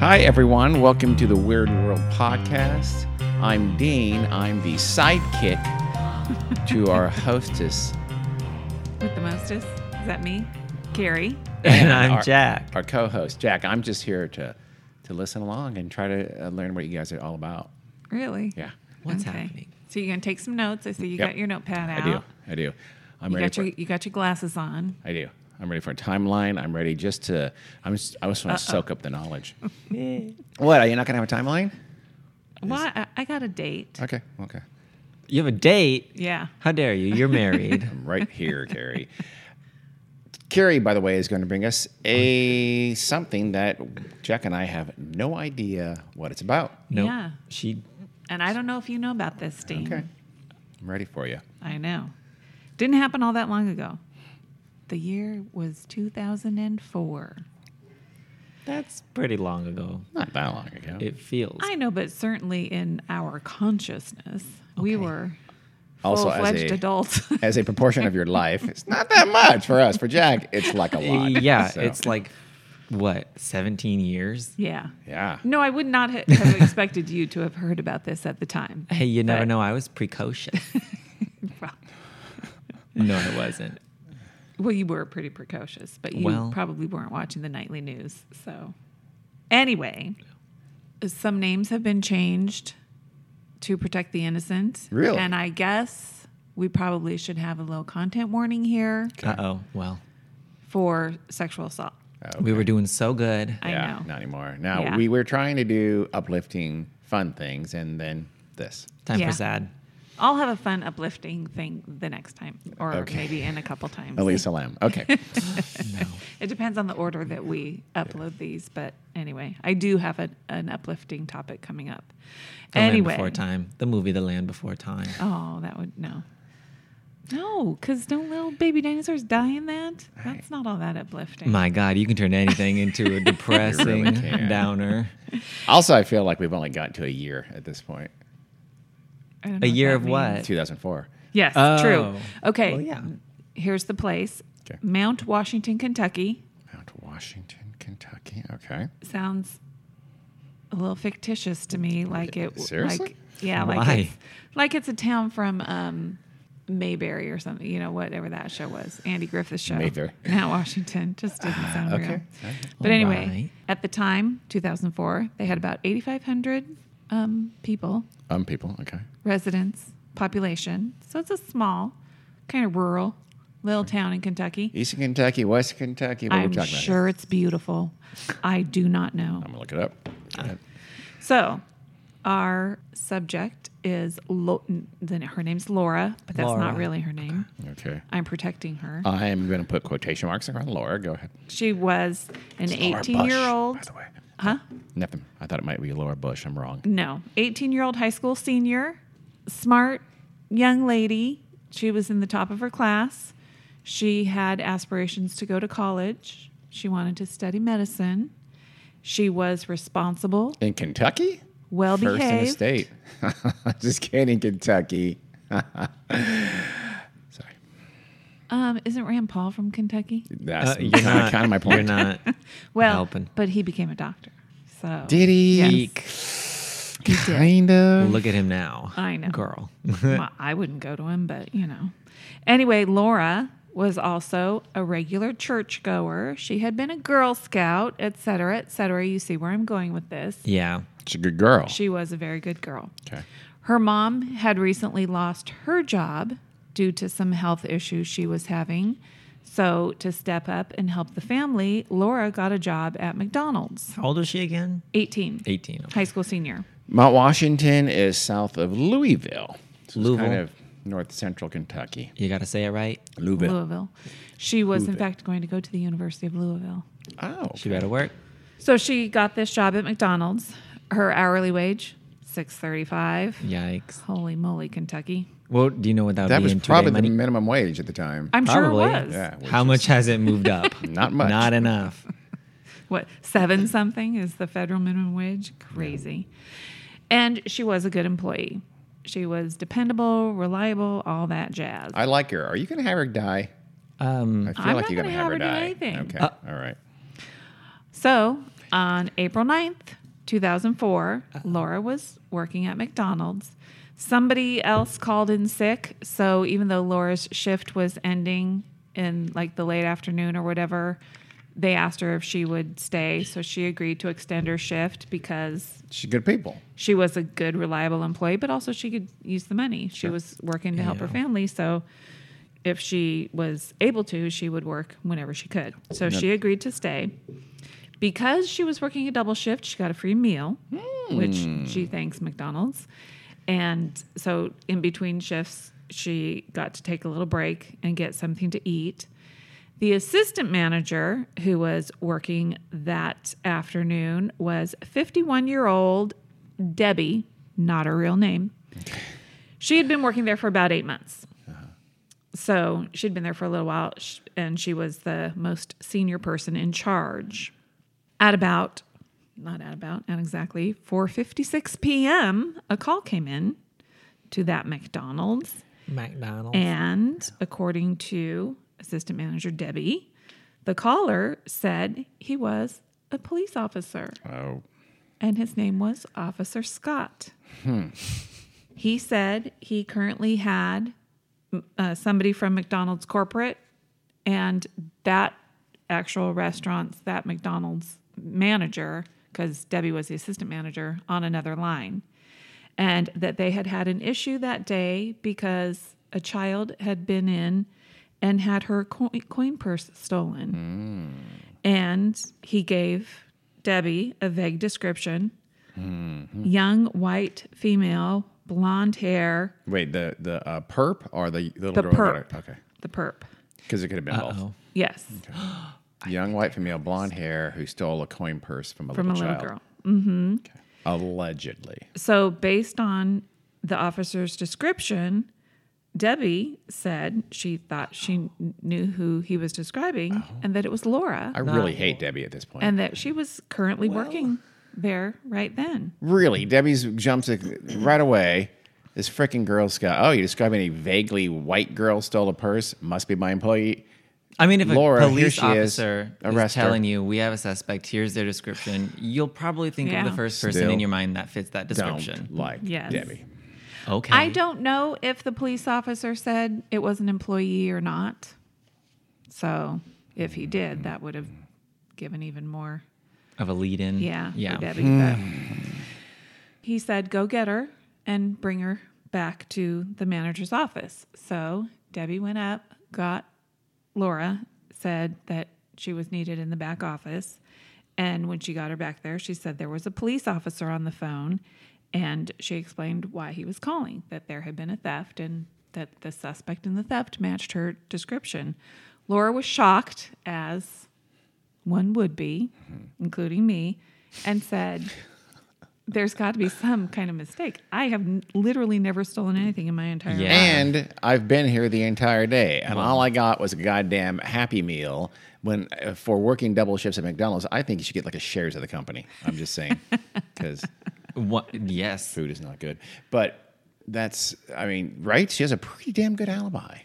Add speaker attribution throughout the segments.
Speaker 1: Hi, everyone. Welcome to the Weird World Podcast. I'm Dean. I'm the sidekick to our hostess,
Speaker 2: With the mostest? Is that me? Carrie?
Speaker 3: And I'm
Speaker 1: our-
Speaker 3: Jack.
Speaker 1: our co host, Jack. I'm just here to, to listen along and try to uh, learn what you guys are all about.
Speaker 2: Really?
Speaker 1: Yeah,
Speaker 3: What's happening?
Speaker 2: So you're gonna take some notes. I see you
Speaker 1: Yep.
Speaker 2: got your notepad out.
Speaker 1: I do. I do. I'm
Speaker 2: You
Speaker 1: ready.
Speaker 2: got
Speaker 1: For,
Speaker 2: your you got your glasses on.
Speaker 1: I do. I'm ready for a timeline. I'm ready just to, I'm just, I just want to soak up the knowledge. what? Are you not going to have a timeline?
Speaker 2: Why? I, I got a date.
Speaker 1: Okay. Okay.
Speaker 3: You have a date?
Speaker 2: Yeah.
Speaker 3: How dare you? You're married.
Speaker 1: I'm right here, Carrie. Carrie, by the way, is going to bring us a something that Jack and I have no idea what it's about.
Speaker 3: No.
Speaker 2: Yeah.
Speaker 3: She.
Speaker 2: And I don't know if you know about this, Dean.
Speaker 1: Okay, I'm ready for you.
Speaker 2: I know. Didn't happen all that long ago. The year was 2004.
Speaker 3: That's pretty long ago.
Speaker 1: Not that long ago.
Speaker 3: It feels.
Speaker 2: I know, but certainly in our consciousness, we
Speaker 3: Okay.
Speaker 2: were
Speaker 1: also, as
Speaker 2: full-fledged
Speaker 1: a
Speaker 2: adults.
Speaker 1: as a proportion of your life, it's not that much for us. For Jack, it's like a lot.
Speaker 3: yeah,
Speaker 1: So,
Speaker 3: it's like what 17 years.
Speaker 2: yeah.
Speaker 1: yeah.
Speaker 2: No, I would not ha- have expected you to have heard about this at the time.
Speaker 3: Hey, you never
Speaker 2: But-
Speaker 3: know. I was precocious. no, I wasn't.
Speaker 2: Well, you were pretty precocious, but you
Speaker 3: Well-
Speaker 2: probably weren't watching the nightly news. So, anyway, some names have been changed to protect the innocent.
Speaker 1: Really?
Speaker 2: And I guess we probably should have a low content warning here
Speaker 3: Uh oh. Well,
Speaker 2: for sexual assault.
Speaker 1: Oh,
Speaker 3: we were doing so good.
Speaker 2: I
Speaker 1: yeah,
Speaker 2: know.
Speaker 1: Not anymore. Now
Speaker 2: Yeah.
Speaker 1: we were trying to do uplifting, fun things, and then this.
Speaker 3: Time
Speaker 2: Yeah.
Speaker 3: for sad.
Speaker 2: I'll have a fun, uplifting thing the next time, or
Speaker 1: Okay.
Speaker 2: maybe in a couple times.
Speaker 1: Elisa Lam. Okay.
Speaker 2: It depends on the order that we upload these, but anyway, I do have an, an uplifting topic coming up.
Speaker 3: The
Speaker 2: anyway,
Speaker 3: Land Before Time. The movie The Land Before Time.
Speaker 2: oh, that would no, no, because don't little baby dinosaurs die in that? That's not all that uplifting.
Speaker 3: My God, you can turn anything into a depressing
Speaker 1: can.
Speaker 3: downer.
Speaker 1: also, I feel like we've only gotten to a year at this point.
Speaker 2: I don't know
Speaker 3: A year
Speaker 2: that
Speaker 3: of what?
Speaker 1: 2004.
Speaker 2: Yes,
Speaker 3: Oh.
Speaker 2: true. Okay,
Speaker 3: Well, yeah.
Speaker 2: Here's the place:
Speaker 1: Okay.
Speaker 2: Mount Washington, Kentucky.
Speaker 1: Mount Washington, Kentucky. Okay.
Speaker 2: Sounds a little fictitious to me. Like it,
Speaker 1: Seriously?
Speaker 2: like yeah,
Speaker 3: Why?
Speaker 2: like it's, like it's a town from um, Mayberry or something. You know, whatever that show was, Andy Griffith's show.
Speaker 1: Mayberry.
Speaker 2: Mount Washington just doesn't sound
Speaker 1: okay.
Speaker 2: real.
Speaker 1: Okay.
Speaker 2: But
Speaker 3: All
Speaker 2: anyway,
Speaker 3: right.
Speaker 2: at the time, 2004, they had about 8,500 um, people,
Speaker 1: Um, people. Okay.
Speaker 2: residents, population. So it's a small, kind of rural, little town in Kentucky.
Speaker 1: Eastern Kentucky, West Kentucky. What are
Speaker 2: I'm
Speaker 1: we talking about? here?
Speaker 2: sure it's beautiful. I do not know.
Speaker 1: I'm gonna look it up.
Speaker 2: Uh. So, our subject is Lo- then her name's Laura, but that's not
Speaker 3: Laura.
Speaker 2: really her name.
Speaker 1: Okay. Uh,
Speaker 2: I'm protecting her.
Speaker 1: I'm gonna put quotation marks around Laura. Go ahead.
Speaker 2: she was an
Speaker 1: Laura Bush,
Speaker 2: 18 year old.
Speaker 1: By the way.
Speaker 2: Huh?
Speaker 1: Nothing. I thought it might be Laura Bush. I'm wrong.
Speaker 2: No, 18 year old high school senior, smart young lady. She was in the top of her class. She had aspirations to go to college. She wanted to study medicine. She was responsible,
Speaker 1: In Kentucky?
Speaker 2: well
Speaker 1: First in the
Speaker 2: behaved.
Speaker 1: state. Just kidding, Kentucky. Sorry.
Speaker 2: Um, isn't Rand Paul from Kentucky?
Speaker 1: That's
Speaker 3: Uh, you're
Speaker 1: kind,
Speaker 3: not-
Speaker 1: of, kind of my
Speaker 3: You're
Speaker 1: point.
Speaker 3: not.
Speaker 2: Well,
Speaker 3: Helping.
Speaker 2: but he became a doctor. So
Speaker 1: Did he?
Speaker 3: Eek.
Speaker 1: Kind of.
Speaker 3: Look at him now.
Speaker 2: I know.
Speaker 3: Girl.
Speaker 2: Well, I wouldn't go to him, but you know. Anyway, Laura was also a regular churchgoer. She had been a Girl Scout, et cetera, et cetera. You see where I'm going with this.
Speaker 3: Yeah.
Speaker 1: She's a good girl.
Speaker 2: She was a very good girl.
Speaker 1: okay.
Speaker 2: Her mom had recently lost her job due to some health issues she was having. So, to step up and help the family, Laura got a job at McDonald's.
Speaker 3: How old was she again?
Speaker 2: 18,
Speaker 3: 18. okay.
Speaker 2: high school senior.
Speaker 1: Mount Washington is south of Louisville. So it's kind
Speaker 3: Louisville.
Speaker 1: of north central Kentucky.
Speaker 3: You got to say it right.
Speaker 1: Louisville.
Speaker 2: Louisville. She was, in fact, going to go to the University of Louisville.
Speaker 1: Oh.
Speaker 3: She better work.
Speaker 2: So she got this job at McDonald's. Her hourly wage, six thirty-five.
Speaker 3: Yikes.
Speaker 2: Holy moly, Kentucky!
Speaker 3: Well, do you know what that would
Speaker 1: That
Speaker 3: be
Speaker 1: was
Speaker 3: in
Speaker 1: probably
Speaker 3: today
Speaker 1: the
Speaker 3: money?
Speaker 1: minimum wage at the time.
Speaker 2: I'm
Speaker 3: Probably.
Speaker 2: sure it was
Speaker 1: yeah. which
Speaker 3: How
Speaker 1: is
Speaker 3: much has it moved up?
Speaker 1: Not much.
Speaker 3: Not enough.
Speaker 2: what seven something is the federal minimum wage. Crazy. And she was a good employee. She was dependable, reliable, all that jazz.
Speaker 1: I like her. Are you going to have her die?
Speaker 3: Um, Uh,
Speaker 1: I feel
Speaker 2: I'm
Speaker 1: like
Speaker 2: not
Speaker 1: you're going
Speaker 2: gonna
Speaker 1: to
Speaker 2: have
Speaker 1: have her
Speaker 2: her do
Speaker 1: die.
Speaker 2: anything.
Speaker 1: Okay. All right.
Speaker 2: So On April 9th, 2004, Laura was working at McDonald's. Somebody else called in sick. So even though Laura's shift was ending in like the late afternoon or whatever, they asked her if she would stay. So she agreed to extend her shift because
Speaker 1: She's good people.
Speaker 2: she was a good, reliable employee, but also she could use the money. She was working to help her
Speaker 3: Yeah.
Speaker 2: family. So if she was able to, she would work whenever she could. So she agreed to stay. Because she was working a double shift, she got a free meal, which she thanks McDonald's. And so in between shifts, she got to take a little break and get something to eat. The assistant manager who was working that afternoon was 51 year old Debbie, not her real name. She had been working there for about eight months. So she'd been there for a little while, sh- and she was the most senior person in charge. At about, not at about, at exactly 4:56 p.m., a call came in to that McDonald's,
Speaker 3: McDonald's.
Speaker 2: and according to assistant manager Debbie, the caller said he was a police officer
Speaker 1: Oh,
Speaker 2: and his name was Officer Scott. He said he currently had m- uh, somebody from McDonald's corporate, and that actual restaurant's that McDonald's manager, because Debbie was the assistant manager on another line, and that they had had an issue that day because a child had been in and had her coin, coin purse stolen and he gave Debbie a vague description young, white, female, blonde hair,
Speaker 1: wait the the uh, perp or the little
Speaker 2: The
Speaker 1: girl?
Speaker 2: perp.
Speaker 1: Okay,
Speaker 2: the perp.
Speaker 1: because it could have been both.
Speaker 3: oh,
Speaker 2: Yes,
Speaker 1: Young white female, blonde hair, who stole a coin purse from a
Speaker 2: from
Speaker 1: little
Speaker 2: a little
Speaker 1: child,
Speaker 2: girl.
Speaker 1: allegedly.
Speaker 2: So, based on the officer's description, Debbie said she thought she kn- knew who he was describing and that it was Laura
Speaker 1: Oh. I really hate Debbie at this point.
Speaker 2: and that she was currently working there right then.
Speaker 1: really, Debbie's jumps it right away. This freaking Girl Scout. Oh, you describing a vaguely white girl stole a purse? Must be my employee.
Speaker 3: I mean, if
Speaker 1: Laura,
Speaker 3: a
Speaker 1: here
Speaker 3: police
Speaker 1: she is.
Speaker 3: officer is,
Speaker 1: Arrest her.
Speaker 3: telling you we have a suspect, here's their description, you'll probably think of
Speaker 2: Yeah.
Speaker 3: the first person
Speaker 1: Still
Speaker 3: in your mind that fits that description.
Speaker 1: Don't like
Speaker 2: Yes.
Speaker 1: Debbie.
Speaker 3: Okay.
Speaker 2: I don't know if the police officer said it was an employee or not. So if he did, that would have given even more.
Speaker 3: Of a lead in.
Speaker 2: Yeah. for
Speaker 3: Yeah.
Speaker 2: Debbie, but he said, go get her and bring her back to the manager's office. So Debbie went up, got Laura, said that she was needed in the back office. And when she got her back there, she said there was a police officer on the phone. And she explained why he was calling that there had been a theft and that the suspect in the theft matched her description. Laura was shocked, as one would be, including me, and said, There's got to be some kind of mistake. I have n- literally never stolen anything in my entire
Speaker 3: Yeah.
Speaker 2: life.
Speaker 1: And I've been here the entire day, and all I got was a goddamn Happy Meal. When uh, for working double shifts at McDonald's, I think you should get like a shares of the company. I'm just saying, because
Speaker 3: What? Yes.
Speaker 1: food is not good. But that's, I mean, right? She has a pretty damn good alibi.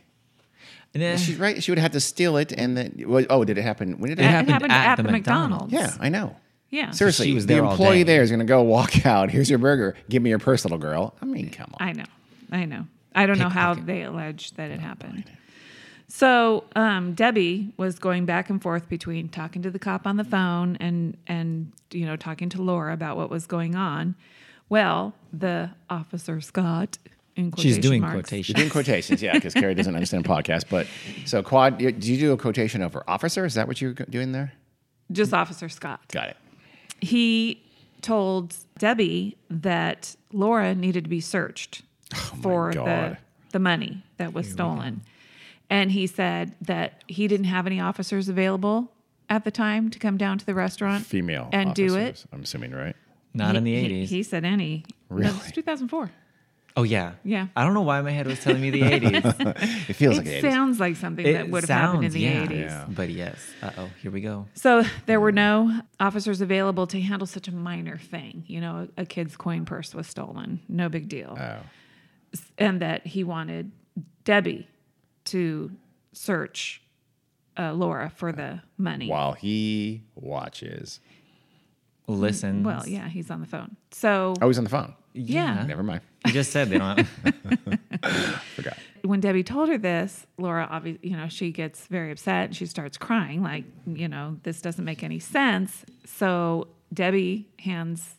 Speaker 3: Eh,
Speaker 1: She's right. She would have to steal it, and then well, oh, did it happen? When did it
Speaker 3: It
Speaker 1: happen?
Speaker 2: it happened at, the, McDonald's.
Speaker 1: Yeah, I know.
Speaker 2: Yeah.
Speaker 1: Seriously,
Speaker 3: She was
Speaker 1: the
Speaker 3: there all
Speaker 1: employee
Speaker 3: day.
Speaker 1: there is going to go walk out. Here's your burger. Give me your purse, little girl. I mean, come on.
Speaker 2: I know. I know. I don't know how
Speaker 3: Pickpocket.
Speaker 2: they allege that it happened. So um, Debbie was going back and forth between talking to the cop on the phone and and you know talking to Laura about what was going on. Well, the officer Scott, in
Speaker 3: She's
Speaker 2: quotation
Speaker 3: doing
Speaker 2: marks,
Speaker 1: You're
Speaker 3: quotations.
Speaker 1: doing quotations, yeah, because Carrie doesn't understand podcasts. But so quad, you- do you do a quotation over officer? Is that what you're go- doing there?
Speaker 2: just Officer Scott.
Speaker 1: Got it.
Speaker 2: he told Debbie that Laura needed to be searched for the,
Speaker 1: Oh God.
Speaker 2: the money that was stolen. And he said that he didn't have any officers available at the time to come down to the restaurant
Speaker 1: Female
Speaker 2: and do it.
Speaker 1: officers, I'm assuming, right?
Speaker 3: Not in the
Speaker 2: He-
Speaker 3: 80s.
Speaker 2: He, he said any.
Speaker 1: Really?
Speaker 2: No, it's 2004.
Speaker 3: oh, yeah.
Speaker 2: Yeah.
Speaker 3: I don't know why my head was telling me the 80s.
Speaker 1: It feels like it
Speaker 2: it
Speaker 1: is.
Speaker 2: sounds like something that would have happened in the 80s.
Speaker 1: Yeah.
Speaker 3: But yes. Uh oh. Here we go.
Speaker 2: So there were no officers available to handle such a minor thing. You know, a, a kid's coin purse was stolen. No big deal.
Speaker 1: Oh.
Speaker 2: S- And that he wanted Debbie to search uh, Laura for the money.
Speaker 1: While he watches,
Speaker 3: listens.
Speaker 2: Well, yeah, he's on the phone. So
Speaker 1: Oh, he's on the phone.
Speaker 2: Yeah.
Speaker 1: Never mind.
Speaker 3: You just said they don't.
Speaker 1: Forgot.
Speaker 2: when Debbie told her this, Laura obviously, you know, she gets very upset and she starts crying, like, you know, this doesn't make any sense. So Debbie hands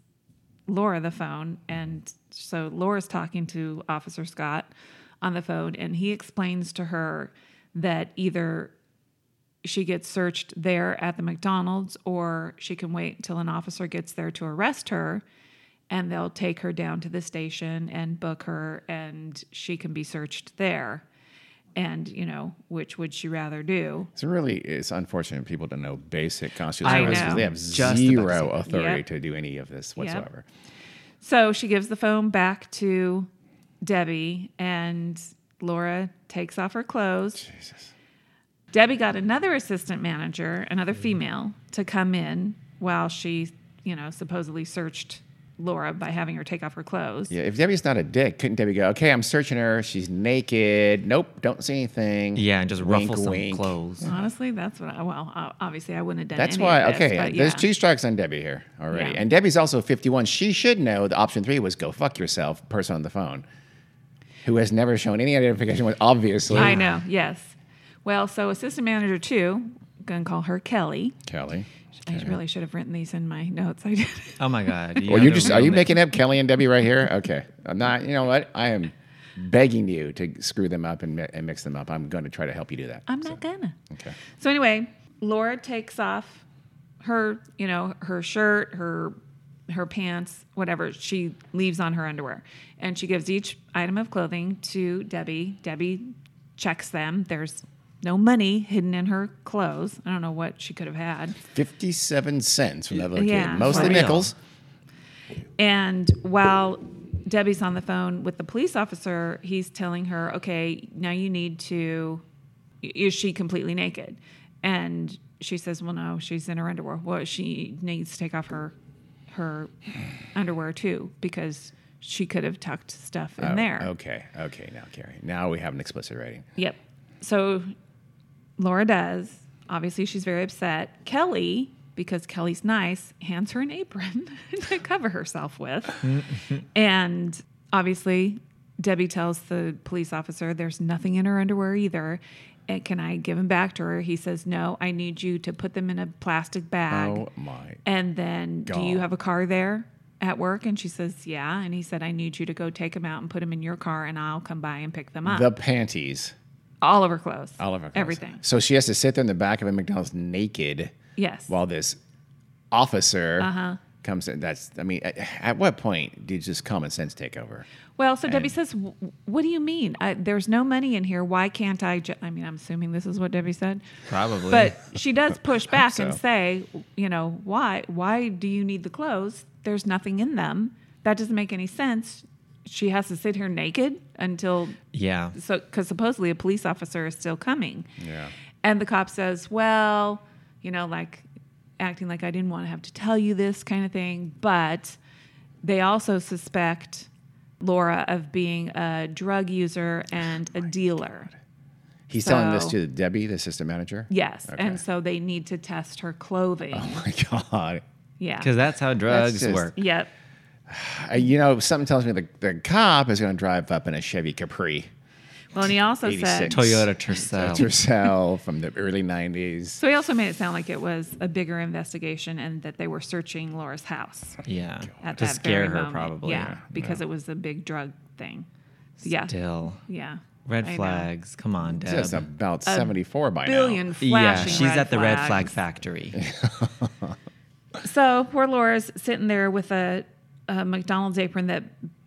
Speaker 2: Laura the phone. And so Laura's talking to Officer Scott on the phone, and he explains to her that either she gets searched there at the McDonald's or she can wait until an officer gets there to arrest her and they'll take her down to the station and book her and she can be searched there. And, you know, which would she rather do?
Speaker 1: It's really it's unfortunate people don't know basic constitutional
Speaker 2: I
Speaker 1: rights because
Speaker 2: know.
Speaker 1: they have
Speaker 3: Just about to say
Speaker 1: zero
Speaker 3: that.
Speaker 1: authority
Speaker 2: Yep.
Speaker 1: to do any of this whatsoever.
Speaker 2: So she gives the phone back to Debbie, and Laura takes off her clothes.
Speaker 1: Jesus.
Speaker 2: Debbie got another assistant manager, another female, to come in while she, you know, supposedly searched Laura by having her take off her clothes.
Speaker 1: Yeah, if Debbie's not a dick, couldn't Debbie go? Okay, I'm searching her. She's naked. Nope, don't see anything.
Speaker 3: yeah, and just
Speaker 1: Wink,
Speaker 3: ruffle some
Speaker 1: wink.
Speaker 3: clothes.
Speaker 2: Honestly, that's what I, well, o- obviously I wouldn't have done
Speaker 1: That's
Speaker 2: any
Speaker 1: why.
Speaker 2: of this,
Speaker 1: okay,
Speaker 2: but
Speaker 1: there's
Speaker 2: yeah.
Speaker 1: two strikes on Debbie here already,
Speaker 2: Yeah.
Speaker 1: and Debbie's also 51. She should know the option three was go fuck yourself. Person on the phone, who has never shown any identification with obviously
Speaker 2: I know, yes. Well, so assistant manager two, gonna call her Kelly.
Speaker 1: Kelly.
Speaker 2: I really should have written these in my notes. I did.
Speaker 3: Oh my god.
Speaker 1: Well,
Speaker 3: have
Speaker 1: you
Speaker 3: to
Speaker 1: just are you
Speaker 3: ruin it.
Speaker 1: making up Kelly and Debbie right here? Okay, I'm not. You know what? I am begging you to screw them up and, mi- and mix them up. I'm going to try to help you do that.
Speaker 2: I'm not gonna.
Speaker 1: Okay.
Speaker 2: So anyway, Laura takes off her, you know, her shirt, her her pants, whatever. She leaves on her underwear. And she gives each item of clothing to Debbie. Debbie checks them. There's no money hidden in her clothes. I don't know what she could have had.
Speaker 1: 57 cents from that little
Speaker 2: Yeah.
Speaker 1: kid. Mostly
Speaker 3: Wow.
Speaker 1: nickels.
Speaker 2: And while Debbie's on the phone with the police officer, he's telling her, okay, now you need to, is she completely naked? And she says, well, no, she's in her underwear. Well, she needs to take off her her underwear too because she could have tucked stuff in
Speaker 1: Oh,
Speaker 2: there.
Speaker 1: Okay. Okay. Now, Carrie. Now we have an explicit rating.
Speaker 2: Yep. So Laura does. Obviously, she's very upset. Kelly, because Kelly's nice, hands her an apron to cover herself with. and obviously, Debbie tells the police officer there's nothing in her underwear either. And can I give them back to her? He says, No, I need you to put them in a plastic bag.
Speaker 1: Oh my.
Speaker 2: And then, do you
Speaker 1: God.
Speaker 2: have a car there at work? And she says, Yeah. And he said, I need you to go take them out and put them in your car, and I'll come by and pick them up.
Speaker 1: The panties.
Speaker 2: All of her clothes.
Speaker 1: All of our clothes.
Speaker 2: Uh, Everything.
Speaker 1: So she has to sit there in the back of a McDonald's naked
Speaker 2: Yes.
Speaker 1: while this officer
Speaker 2: Uh-huh.
Speaker 1: comes in. That's, I mean, at, at what point did just common sense take over?
Speaker 2: well, so Debbie says, "W- "What do you mean? I, there's no money in here. Why can't I?" Ju-? I mean, I'm assuming this is what Debbie said,
Speaker 3: Probably.
Speaker 2: but she does push back and
Speaker 1: so.
Speaker 2: say, "You know, why? Why do you need the clothes? There's nothing in them. That doesn't make any sense." She has to sit here naked until
Speaker 3: yeah.
Speaker 2: so because supposedly a police officer is still coming.
Speaker 1: Yeah.
Speaker 2: And the cop says, Well, you know, like acting like I didn't want to have to tell you this kind of thing. But they also suspect Laura of being a drug user and
Speaker 3: Oh
Speaker 2: a dealer.
Speaker 1: He's telling this
Speaker 2: So-
Speaker 1: to Debbie, the assistant manager.
Speaker 2: Yes.
Speaker 1: Okay.
Speaker 2: And so they need to test her clothing.
Speaker 1: Oh my God.
Speaker 2: Yeah.
Speaker 3: Because that's how drugs
Speaker 1: just-
Speaker 3: work.
Speaker 2: Yep.
Speaker 1: Uh, you know, something tells me the, the cop is going to drive up in a Chevy Capri.
Speaker 2: Well, and he also said,
Speaker 1: 86.
Speaker 3: Toyota Tercel.
Speaker 1: That's
Speaker 2: Oh.
Speaker 1: herself from the early 90s.
Speaker 2: so he also made it sound like it was a bigger investigation and that they were searching Laura's house
Speaker 3: yeah.
Speaker 2: at
Speaker 3: to
Speaker 2: that
Speaker 3: scare
Speaker 2: very
Speaker 3: her,
Speaker 2: moment.
Speaker 3: probably.
Speaker 2: Yeah, because it was a big drug thing. So, yeah.
Speaker 3: Still.
Speaker 2: Yeah.
Speaker 3: Red
Speaker 2: I know.
Speaker 3: flags. Come on, Deb.
Speaker 1: Just about 74 by
Speaker 2: Billion
Speaker 1: now.
Speaker 2: flashing
Speaker 3: yeah, she's
Speaker 2: red
Speaker 3: at the red flag
Speaker 2: flags.
Speaker 3: factory.
Speaker 2: So poor Laura's sitting there with a, a McDonald's apron that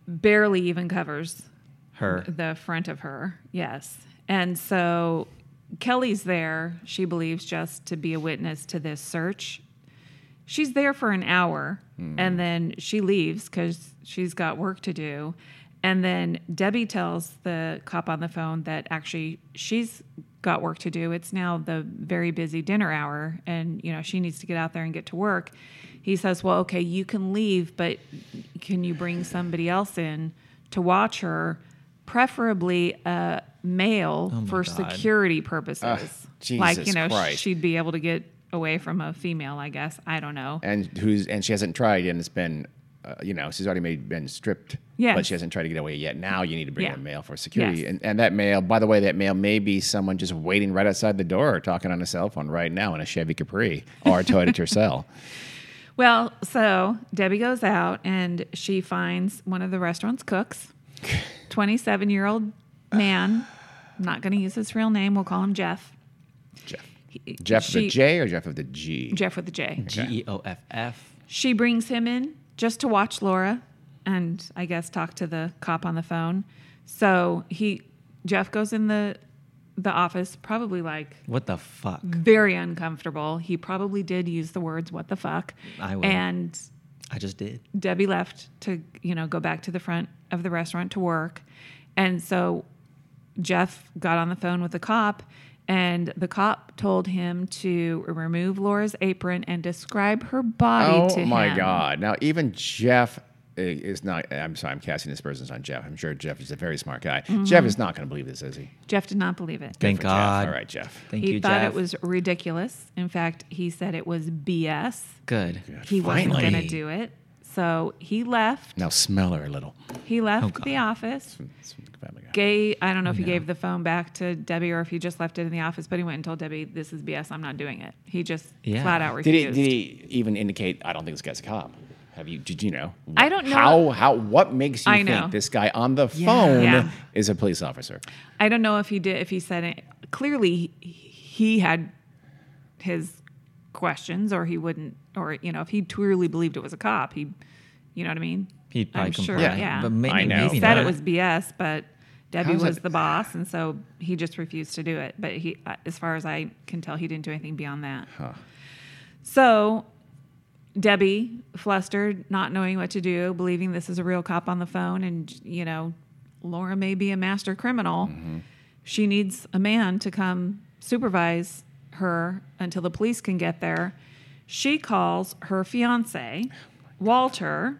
Speaker 2: barely even covers
Speaker 3: Her.
Speaker 2: the front of her. Yes. And so Kelly's there, she believes, just to be a witness to this search. She's there for an hour and then she leaves because she's got work to do. And then Debbie tells the cop on the phone that actually she's got work to do. It's now the very busy dinner hour and you know she needs to get out there and get to work. He says, "Well, okay, you can leave, but can you bring somebody else in to watch her, preferably a male for
Speaker 3: God.
Speaker 2: security purposes?
Speaker 1: Jesus
Speaker 2: like, you know,
Speaker 1: Christ.
Speaker 2: she'd be able to get away from a female, I guess. I don't know.
Speaker 1: and who's and she hasn't tried, and it's been, uh, you know, she's already made, been stripped. But
Speaker 2: Yes.
Speaker 1: she hasn't tried to get away yet. Now you need to bring
Speaker 2: Yeah.
Speaker 1: in mail for security,
Speaker 2: Yes.
Speaker 1: and and that mail, by the way, that mail may be someone just waiting right outside the door, talking on a cell phone right now in a Chevy Capri or a Toyota Tercel.
Speaker 2: Well, so Debbie goes out and she finds one of the restaurant's cooks, 27 year old man. I'm not going to use his real name. We'll call him Jeff.
Speaker 1: Jeff,
Speaker 2: He-
Speaker 1: Jeff of
Speaker 2: she-
Speaker 1: the J or Jeff of the G?
Speaker 2: Jeff with the J.
Speaker 3: G E O F F.
Speaker 2: She brings him in just to watch Laura and I guess talk to the cop on the phone. So he, Jeff goes in the, the office, probably like
Speaker 3: What the fuck?
Speaker 2: very uncomfortable. He probably did use the words, what the fuck?
Speaker 3: I would.
Speaker 2: And
Speaker 3: I just did.
Speaker 2: Debbie left to, you know, go back to the front of the restaurant to work. And so Jeff got on the phone with the cop, and the cop told him to remove Laura's apron and describe her body
Speaker 1: Oh
Speaker 2: to
Speaker 1: my
Speaker 2: him.
Speaker 1: God! Now even Jeff i- is not. I'm sorry, I'm casting aspersions on Jeff. I'm sure Jeff is a very smart guy.
Speaker 2: Mm-hmm.
Speaker 1: Jeff is not going to believe this, is he?
Speaker 2: Jeff did not believe it.
Speaker 3: Thank
Speaker 1: For Jeff.
Speaker 3: God.
Speaker 1: All right, Jeff.
Speaker 3: Thank
Speaker 2: he
Speaker 3: you,
Speaker 2: thought
Speaker 3: Jeff.
Speaker 2: it was ridiculous. In fact, he said it was BS.
Speaker 3: good.
Speaker 2: He wasn't
Speaker 3: Finally.
Speaker 2: going to do it. So he left.
Speaker 1: Now smell her a little.
Speaker 2: He left
Speaker 3: Oh, God.
Speaker 2: the office.
Speaker 1: It's from Family Guy.
Speaker 2: Gay, I don't know if he gave the phone back to Debbie or if he just left it in the office, but he went and told Debbie, "This is BS. I'm not doing it." He just
Speaker 3: Yeah.
Speaker 2: flat out
Speaker 1: Did he,
Speaker 2: refused.
Speaker 1: did he even indicate? I don't think this guy's a cop. Have you? Did you know?
Speaker 2: I don't know.
Speaker 1: how. How? What makes you
Speaker 2: I
Speaker 1: think
Speaker 2: know.
Speaker 1: this guy on the phone
Speaker 2: Yeah.
Speaker 1: is a police officer?
Speaker 2: I don't know if he did. If he said it clearly, he, he had his questions, or he wouldn't, or you know, if he truly believed it was a cop, he, you know what I mean?
Speaker 3: He'd probably
Speaker 2: I'm sure.
Speaker 3: comply,
Speaker 2: Yeah,
Speaker 3: but may-
Speaker 1: I know.
Speaker 2: he
Speaker 3: maybe
Speaker 2: said
Speaker 3: not.
Speaker 2: it was BS, but Debbie
Speaker 1: How's
Speaker 2: was
Speaker 1: it-
Speaker 2: the boss, and so he just refused to do it. But he, uh, as far as I can tell, he didn't do anything beyond that. So Debbie, flustered, not knowing what to do, believing this is a real cop on the phone, and you know, Laura may be a master criminal.
Speaker 3: Mm-hmm.
Speaker 2: She needs a man to come supervise her until the police can get there. She calls her fiance, Walter,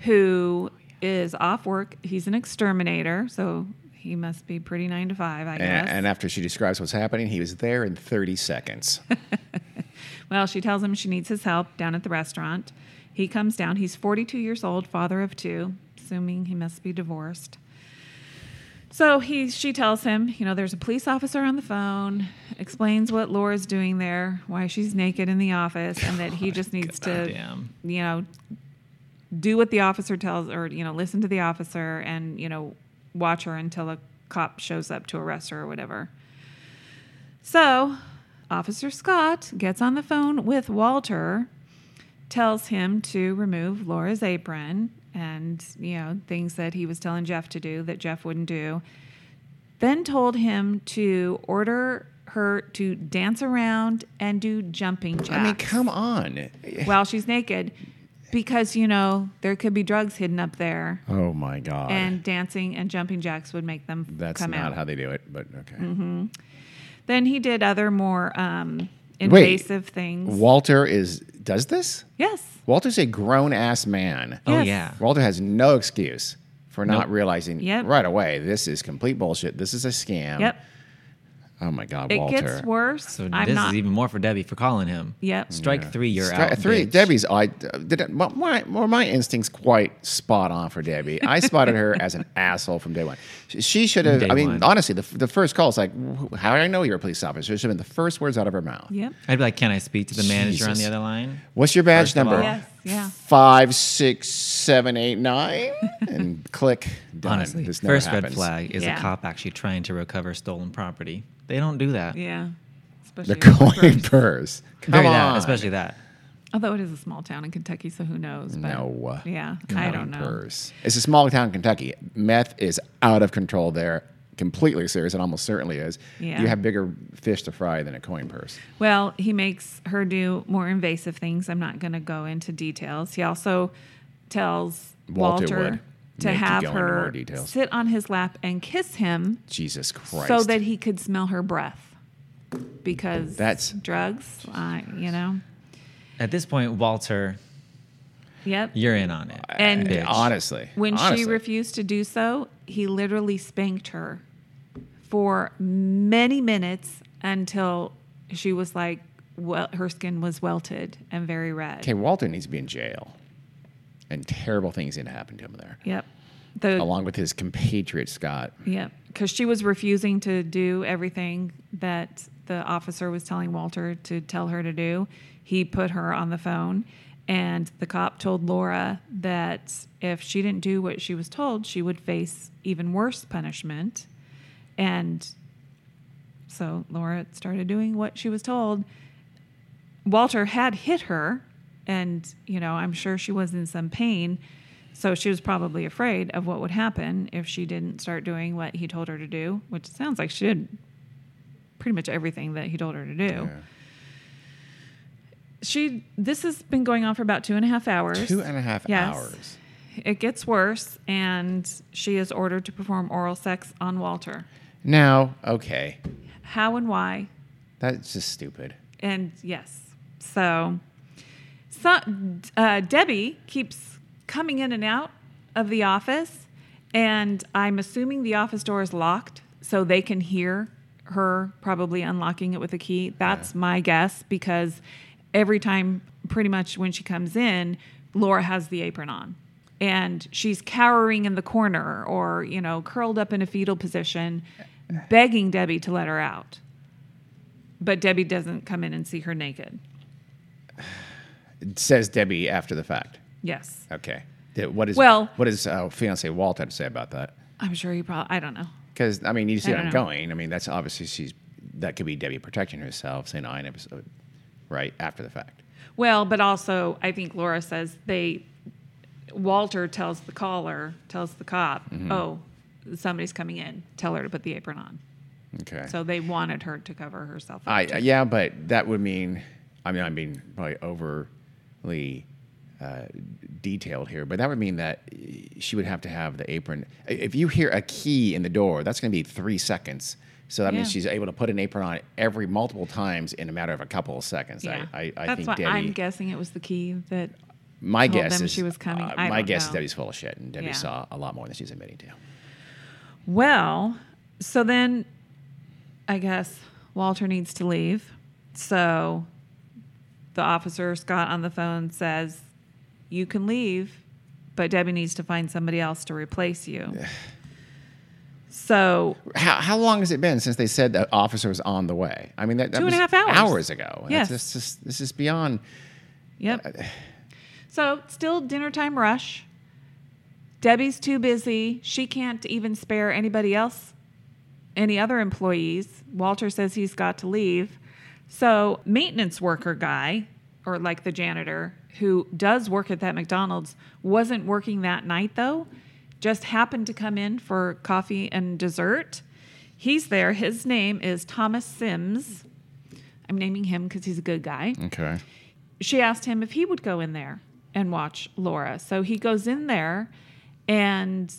Speaker 2: who is off work. He's an exterminator, so he must be pretty nine to five, I guess.
Speaker 1: And, and after she describes what's happening, he was there in 30 seconds.
Speaker 2: Well, she tells him she needs his help down at the restaurant. He comes down. He's 42 years old, father of two, assuming he must be divorced. So he, she tells him, you know, there's a police officer on the phone, explains what Laura's doing there, why she's naked in the office, and that he just needs to,
Speaker 3: Goddamn.
Speaker 2: you know, do what the officer tells, or you know, listen to the officer, and you know, watch her until a cop shows up to arrest her or whatever. So, Officer Scott gets on the phone with Walter, tells him to remove Laura's apron and, you know, things that he was telling Jeff to do that Jeff wouldn't do. Then told him to order her to dance around and do jumping jacks
Speaker 1: I mean, come on.
Speaker 2: while she's naked because, you know, there could be drugs hidden up there
Speaker 1: Oh my God.
Speaker 2: and dancing and jumping jacks would make them
Speaker 1: That's
Speaker 2: come
Speaker 1: not
Speaker 2: out. Mm-hmm.
Speaker 1: how they do it, but okay.
Speaker 2: then he did other more um,
Speaker 1: Wait.
Speaker 2: invasive things.
Speaker 1: Walter is does this?
Speaker 2: Yes.
Speaker 1: Walter's a grown ass man.
Speaker 3: Oh
Speaker 2: Yes.
Speaker 3: yeah.
Speaker 1: Walter has no excuse for not realizing
Speaker 2: Yep.
Speaker 1: right away this is complete bullshit. This is a scam.
Speaker 2: Yep.
Speaker 1: Oh my God,
Speaker 2: It
Speaker 1: Walter.
Speaker 2: gets worse.
Speaker 3: So
Speaker 2: I'm
Speaker 3: this
Speaker 2: not.
Speaker 3: is even more for Debbie for calling him.
Speaker 2: Yep.
Speaker 3: Strike three, you're
Speaker 1: Stri-
Speaker 3: out.
Speaker 1: Three.
Speaker 3: bitch.
Speaker 1: Debbie's. I did. My, my were my instincts quite spot on for Debbie. I spotted her as an asshole from day one. She, she should have.
Speaker 3: Day
Speaker 1: I mean,
Speaker 3: one.
Speaker 1: honestly, the, f- the first call is like, "Wh- how do I know you're a police officer? It should have been the first words out of her mouth.
Speaker 2: Yep.
Speaker 3: I'd be like, can I speak to the manager on
Speaker 1: Jesus.
Speaker 3: the other line?
Speaker 1: What's your badge
Speaker 3: of
Speaker 1: number?
Speaker 3: all-
Speaker 2: Yes. Yeah.
Speaker 1: Five, six, seven, eight, nine, and click. Done.
Speaker 3: Honestly,
Speaker 1: this never
Speaker 3: first red
Speaker 1: happens.
Speaker 3: flag is
Speaker 2: Yeah.
Speaker 3: a cop actually trying to recover stolen property. They don't do that.
Speaker 2: Yeah. Especially
Speaker 1: The
Speaker 2: if it's
Speaker 1: coin
Speaker 2: first.
Speaker 1: purse. Come
Speaker 3: Very
Speaker 1: on.
Speaker 3: that, especially that.
Speaker 2: Although it is a small town in Kentucky, so who knows? But
Speaker 1: No.
Speaker 2: Yeah. I
Speaker 1: Coin
Speaker 2: don't know.
Speaker 1: purse. It's a small town in Kentucky. Meth is out of control there. Completely serious. It almost certainly is.
Speaker 2: Yeah.
Speaker 1: You have bigger fish to fry than a coin purse.
Speaker 2: Well, he makes her do more invasive things. I'm not going to go into details. He also tells
Speaker 1: Walter
Speaker 2: Walter,
Speaker 1: would
Speaker 2: to
Speaker 1: make you
Speaker 2: have
Speaker 1: go into more
Speaker 2: her
Speaker 1: details.
Speaker 2: sit on his lap and kiss him
Speaker 1: Jesus Christ.
Speaker 2: so that he could smell her breath because
Speaker 1: That's-
Speaker 2: drugs, uh, you know.
Speaker 3: At this point, Walter,
Speaker 2: Yep.
Speaker 3: you're in on it.
Speaker 2: And
Speaker 3: bitch.
Speaker 1: honestly.
Speaker 2: When
Speaker 1: honestly.
Speaker 2: she refused to do so, he literally spanked her for many minutes until she was like, well, her skin was welted and very red.
Speaker 1: Okay, Walter needs to be in jail, and terrible things need to happen to him there,
Speaker 2: Yep. The
Speaker 1: along with his compatriot Scott.
Speaker 2: Yeah, because she was refusing to do everything that the officer was telling Walter to tell her to do. He put her on the phone, and the cop told Laura that if she didn't do what she was told, she would face even worse punishment. And so Laura started doing what she was told. Walter had hit her, and you know, I'm sure she was in some pain. So she was probably afraid of what would happen if she didn't start doing what he told her to do, which sounds like she did pretty much everything that he told her to do. She this has been going on for about two and a half hours.
Speaker 1: Two and a half
Speaker 2: Yes.
Speaker 1: hours.
Speaker 2: It gets worse, and she is ordered to perform oral sex on Walter.
Speaker 1: Now, okay,
Speaker 2: How and why
Speaker 1: that's just stupid.
Speaker 2: and yes so so uh, debbie keeps coming in and out of the office and i'm assuming the office door is locked so they can hear her probably unlocking it with a key that's my guess because every time pretty much when she comes in laura has the apron on and she's cowering in the corner or you know curled up in a fetal position begging debbie to let her out but Debbie doesn't come in and see her naked.
Speaker 1: It says Debbie after the fact.
Speaker 2: Yes.
Speaker 1: Okay, Th- what is
Speaker 2: Well-
Speaker 1: what does uh, fiance Walt have to say about that?
Speaker 2: I'm sure he probably, I don't know.
Speaker 1: Because I mean, you see
Speaker 2: I
Speaker 1: what I'm
Speaker 2: don't know.
Speaker 1: going. I mean, that's obviously she's that could be Debbie protecting herself, saying, "Oh, "I never," saw it," right after the fact.
Speaker 2: Well, but also, I think Laura says they, Walter tells the caller, tells the cop,
Speaker 1: Mm-hmm.
Speaker 2: oh, somebody's coming in. Tell her to put the apron on.
Speaker 1: Okay.
Speaker 2: So they wanted her to cover herself. up.
Speaker 1: I yeah, but that would mean I mean I'm being probably overly uh, detailed here, but that would mean that she would have to have the apron. I- If you hear a key in the door, that's going to be three seconds. So that means
Speaker 2: Yeah.
Speaker 1: she's able to put an apron on every multiple times in a matter of a couple of seconds.
Speaker 2: yeah.
Speaker 1: I, I, I
Speaker 2: That's
Speaker 1: think
Speaker 2: why
Speaker 1: Debbie.
Speaker 2: I'm guessing it was the key that,
Speaker 1: my
Speaker 2: told
Speaker 1: guess
Speaker 2: them
Speaker 1: is
Speaker 2: she was coming.
Speaker 1: uh,
Speaker 2: I
Speaker 1: my
Speaker 2: don't
Speaker 1: guess is
Speaker 2: know.
Speaker 1: Debbie's full of shit, and Debbie
Speaker 2: Yeah.
Speaker 1: saw a lot more than she's admitting to.
Speaker 2: well, so then I guess Walter needs to leave. So the officer Scott on the phone says, "You can leave, but Debbie needs to find somebody else to replace you." so
Speaker 1: How, how long has it been since they said the officer was on the way? I mean, that, that
Speaker 2: Two and a
Speaker 1: was
Speaker 2: half hours.
Speaker 1: hours ago.
Speaker 2: Yes.
Speaker 1: That's just, this is beyond.
Speaker 2: Yep. So still dinner time rush. Debbie's too busy. She can't even spare anybody else, any other employees. Walter says he's got to leave. So maintenance worker guy, or like the janitor who does work at that McDonald's, wasn't working that night though. Just happened to come in for coffee and dessert. He's there. His name is Thomas Sims. I'm naming him because he's a good guy
Speaker 1: Okay.
Speaker 2: she asked him if he would go in there and watch Laura. So he goes in there and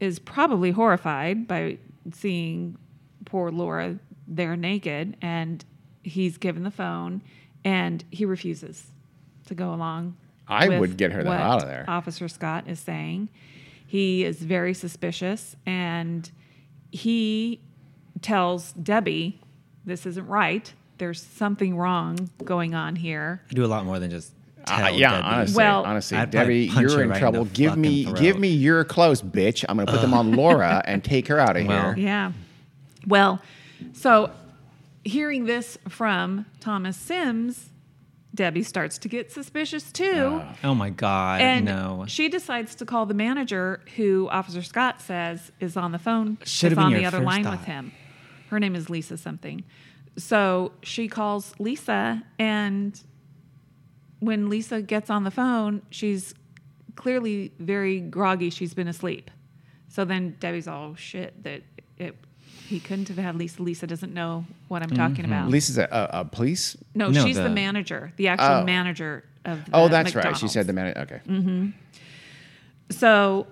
Speaker 2: is probably horrified by seeing poor Laura there naked. And he's given the phone and he refuses to go along.
Speaker 1: I
Speaker 2: with
Speaker 1: would get her the
Speaker 2: what
Speaker 1: hell out of there.
Speaker 2: Officer Scott is saying he is very suspicious and he tells Debbie, This isn't right. There's something wrong going on here.
Speaker 3: I do a lot more than just tell
Speaker 1: Uh, yeah,
Speaker 3: Debbie.
Speaker 1: honestly,
Speaker 2: Well-
Speaker 1: honestly,
Speaker 3: I'd probably
Speaker 1: Debbie,
Speaker 3: punch
Speaker 1: you're
Speaker 3: her
Speaker 1: in
Speaker 3: right in
Speaker 1: trouble.
Speaker 3: the
Speaker 1: give
Speaker 3: fucking
Speaker 1: me,
Speaker 3: throat.
Speaker 1: give me your clothes, bitch. I'm gonna put them on Laura and take her out of
Speaker 3: Well.
Speaker 1: here.
Speaker 2: Yeah. Well, so hearing this from Thomas Sims, Debbie starts to get suspicious too.
Speaker 3: Oh my God.
Speaker 2: and
Speaker 3: no.
Speaker 2: she decides to call the manager who Officer Scott says is on the phone.
Speaker 3: Should've
Speaker 2: is
Speaker 3: been
Speaker 2: on
Speaker 3: your
Speaker 2: the other
Speaker 3: first
Speaker 2: line
Speaker 3: thought.
Speaker 2: with him. Her name is Lisa something. So she calls Lisa and when Lisa gets on the phone, she's clearly very groggy. She's been asleep. So then Debbie's all shit that it he couldn't have had Lisa. Lisa doesn't know what I'm talking about.
Speaker 1: Lisa's a, a, a police.
Speaker 2: no,
Speaker 3: No,
Speaker 2: she's the,
Speaker 3: the-
Speaker 2: manager, the actual
Speaker 1: Oh.
Speaker 2: manager of the
Speaker 1: Oh, that's right. She
Speaker 2: McDonald's.
Speaker 1: said the man. Okay,
Speaker 2: So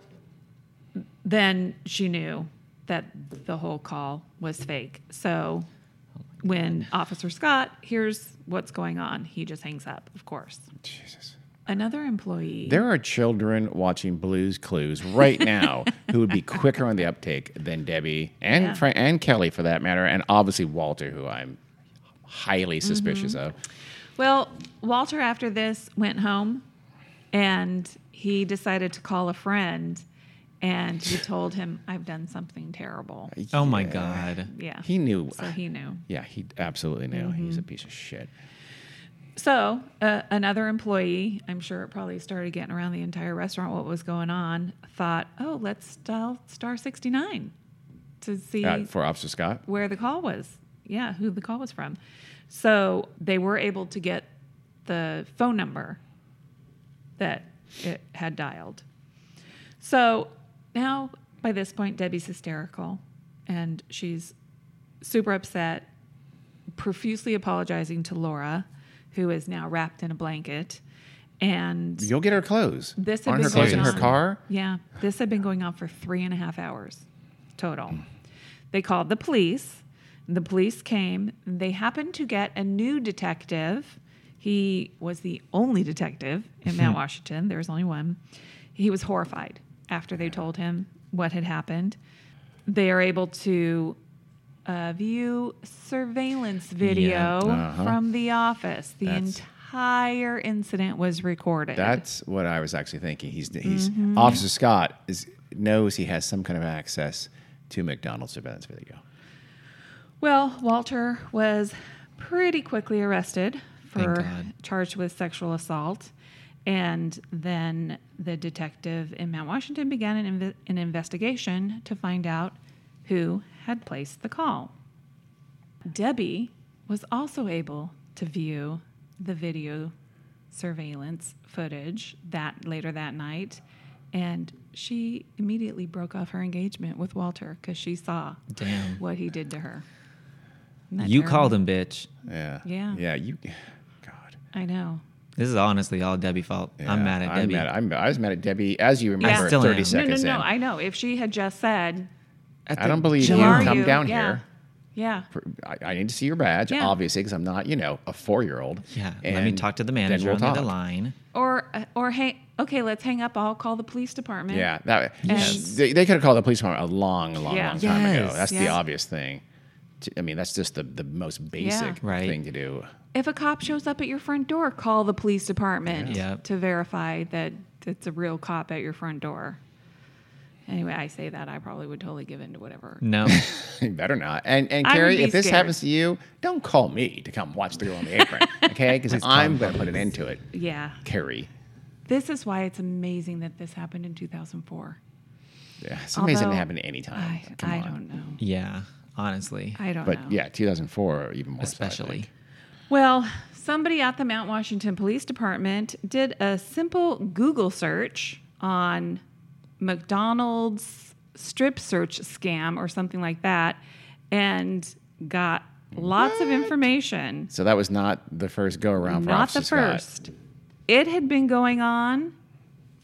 Speaker 2: then she knew that the whole call was fake. So when Officer Scott hears what's going on, he just hangs up, of course.
Speaker 1: Jesus.
Speaker 2: Another employee.
Speaker 1: There are children watching Blue's Clues right now who would be quicker on the uptake than Debbie and
Speaker 2: Yeah.
Speaker 1: Fran- and Kelly for that matter, and obviously Walter, who I'm highly
Speaker 2: Mm-hmm.
Speaker 1: suspicious of.
Speaker 2: Well, Walter, after this, went home and he decided to call a friend and he told him, I've done something terrible.
Speaker 3: Oh my
Speaker 1: Yeah.
Speaker 3: god.
Speaker 2: Yeah.
Speaker 1: He knew.
Speaker 2: So Mm-hmm. he knew.
Speaker 1: Yeah, he absolutely knew. He's a piece of shit.
Speaker 2: So uh, another employee, I'm sure it probably started getting around the entire restaurant what was going on, thought, oh, let's dial star 69 to see
Speaker 1: Uh, for Officer Scott.
Speaker 2: where the call was. Yeah, who the call was from. So they were able to get the phone number that it had dialed. So now, by this point, Debbie's hysterical and she's super upset, profusely apologizing to Laura, who is now wrapped in a blanket. And
Speaker 1: You'll get her clothes.
Speaker 2: this had
Speaker 1: Aren't
Speaker 2: been
Speaker 1: her clothes in
Speaker 2: going
Speaker 1: her
Speaker 2: on-
Speaker 1: car?
Speaker 2: Yeah, this had been going on for three and a half hours total.
Speaker 1: Hmm.
Speaker 2: They called the police. The police came. They happened to get a new detective. He was the only detective in
Speaker 1: Hmm.
Speaker 2: Mount Washington. There was only one. He was horrified after they told him what had happened. They are able to uh, view surveillance video
Speaker 1: Uh-huh.
Speaker 2: from the office. The
Speaker 1: That's-
Speaker 2: entire incident was recorded.
Speaker 1: That's what I was actually thinking. He's he's
Speaker 2: Mm-hmm.
Speaker 1: Officer Scott is knows he has some kind of access to McDonald's surveillance video.
Speaker 2: Well, Walter was pretty quickly arrested for
Speaker 3: God.
Speaker 2: charged with sexual assault. And then the detective in Mount Washington began an, inve- an investigation to find out who had placed the call. Debbie was also able to view the video surveillance footage that later that night and she immediately broke off her engagement with Walter cuz she saw
Speaker 3: Damn.
Speaker 2: what he did to her. Isn't that
Speaker 3: You
Speaker 2: terrible?
Speaker 3: called him, bitch.
Speaker 1: Yeah.
Speaker 2: Yeah.
Speaker 1: Yeah. You. God.
Speaker 2: I know.
Speaker 3: This is honestly all Debbie fault.
Speaker 1: Yeah,
Speaker 3: I'm mad at Debbie.
Speaker 1: mad- I'm- i was mad at Debbie, as you remember,
Speaker 3: still
Speaker 1: 30
Speaker 3: am. No, no,
Speaker 2: No, no,
Speaker 1: seconds
Speaker 2: no.
Speaker 1: in.
Speaker 2: I know. If she had just said,
Speaker 3: At
Speaker 1: I
Speaker 3: the
Speaker 1: don't believe
Speaker 2: "Who
Speaker 1: you.
Speaker 2: are
Speaker 3: gym.
Speaker 1: Come
Speaker 2: you?"
Speaker 1: down
Speaker 2: yeah.
Speaker 1: here.
Speaker 2: Yeah.
Speaker 1: for- I, I need to see your badge,
Speaker 2: Yeah.
Speaker 1: obviously, because I'm not, you know, a four year old.
Speaker 3: Yeah, let me talk to the manager on the other line.
Speaker 2: Or uh, or hey, okay, let's hang up. I'll call the police department.
Speaker 1: Yeah, that
Speaker 2: Yes.
Speaker 1: they, they could have called the police department a long, long,
Speaker 2: Yeah.
Speaker 1: long time ago.
Speaker 3: Yes.
Speaker 1: That's the
Speaker 2: Yeah.
Speaker 1: obvious thing. To- I mean, that's just the, the most basic
Speaker 3: Right.
Speaker 1: thing to do.
Speaker 2: If a cop shows up at your front door, call the police department
Speaker 3: Yeah. Yeah.
Speaker 2: to verify that it's a real cop at your front door. Anyway, I say that I probably would totally give in to whatever.
Speaker 3: No.
Speaker 1: You better not. And and
Speaker 2: I would
Speaker 1: Carrie,
Speaker 2: be
Speaker 1: if this
Speaker 2: scared.
Speaker 1: happens to you, don't call me to come watch the girl on the apron, okay? Because I'm going to put an end to it,
Speaker 2: Yeah.
Speaker 1: Carrie.
Speaker 2: This is why it's amazing that this happened in 2004.
Speaker 1: Yeah, somebody's didn't
Speaker 2: Although,
Speaker 1: happen to any time.
Speaker 2: I,
Speaker 1: Come
Speaker 2: I
Speaker 1: on.
Speaker 2: don't know.
Speaker 3: yeah, honestly.
Speaker 2: I don't
Speaker 1: But
Speaker 2: know.
Speaker 1: yeah, 2004 even more. so, I
Speaker 3: Especially.
Speaker 1: think.
Speaker 2: Well, somebody at the Mount Washington Police Department did a simple Google search on McDonald's strip search scam or something like that and got lots of information.
Speaker 1: So that was not the first go around for
Speaker 2: Not
Speaker 1: Officer
Speaker 2: the
Speaker 1: Scott.
Speaker 2: first. It had been going on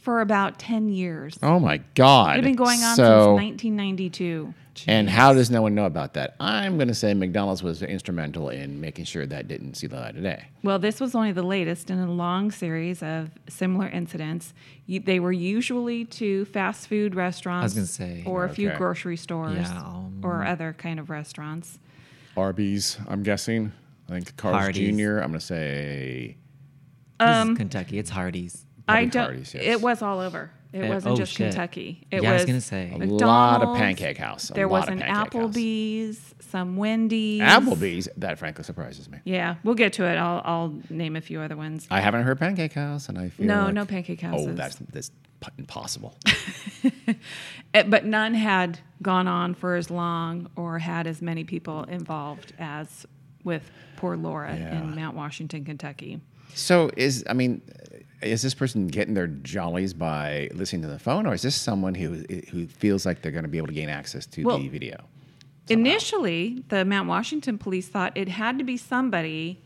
Speaker 2: for about 10 years.
Speaker 1: Oh my God!
Speaker 2: it had been going on
Speaker 1: so,
Speaker 2: since 1992.
Speaker 1: And how does no one know about that? I'm going to say McDonald's was instrumental in making sure that didn't see the light of day.
Speaker 2: Well, this was only the latest in a long series of similar incidents. You, they were usually to fast food restaurants
Speaker 3: gonna say.
Speaker 2: or a few
Speaker 1: Okay.
Speaker 2: grocery stores
Speaker 3: Yeah, um,
Speaker 2: or other kind of restaurants.
Speaker 1: Arby's, I'm guessing. I think Carl's
Speaker 3: Hardee's.
Speaker 1: Jr. I'm going to say
Speaker 3: This
Speaker 2: Um,
Speaker 3: is Kentucky. It's Hardee's.
Speaker 2: I
Speaker 1: Probably
Speaker 2: don't
Speaker 1: Hardee's, yes.
Speaker 2: it was all over. It
Speaker 3: Eh,
Speaker 2: wasn't
Speaker 3: oh,
Speaker 2: just
Speaker 3: shit.
Speaker 2: Kentucky. It
Speaker 3: Yeah, I
Speaker 2: was
Speaker 3: was gonna say. A
Speaker 1: a lot of
Speaker 2: McDonald's,
Speaker 1: Pancake House. A
Speaker 2: There
Speaker 1: lot
Speaker 2: was
Speaker 1: of
Speaker 2: an
Speaker 1: Pancake House.
Speaker 2: Applebee's, some Wendy's.
Speaker 1: Applebee's. That frankly surprises me.
Speaker 2: Yeah, we'll get to it. I'll I'll name a few other ones.
Speaker 1: I haven't heard Pancake House, and I feel
Speaker 2: No,
Speaker 1: like-
Speaker 2: no Pancake
Speaker 1: Oh,
Speaker 2: Houses.
Speaker 1: that's that's p- impossible.
Speaker 2: Eh, but none had gone on for as long or had as many people involved as with poor Laura
Speaker 1: Yeah.
Speaker 2: in Mount Washington, Kentucky.
Speaker 1: so is I mean, is this person getting their jollies by listening to the phone, or is this someone who who feels like they're going to be able to gain access to
Speaker 2: Well,
Speaker 1: the video?
Speaker 2: Initially, the Mount Washington police thought it had to be somebody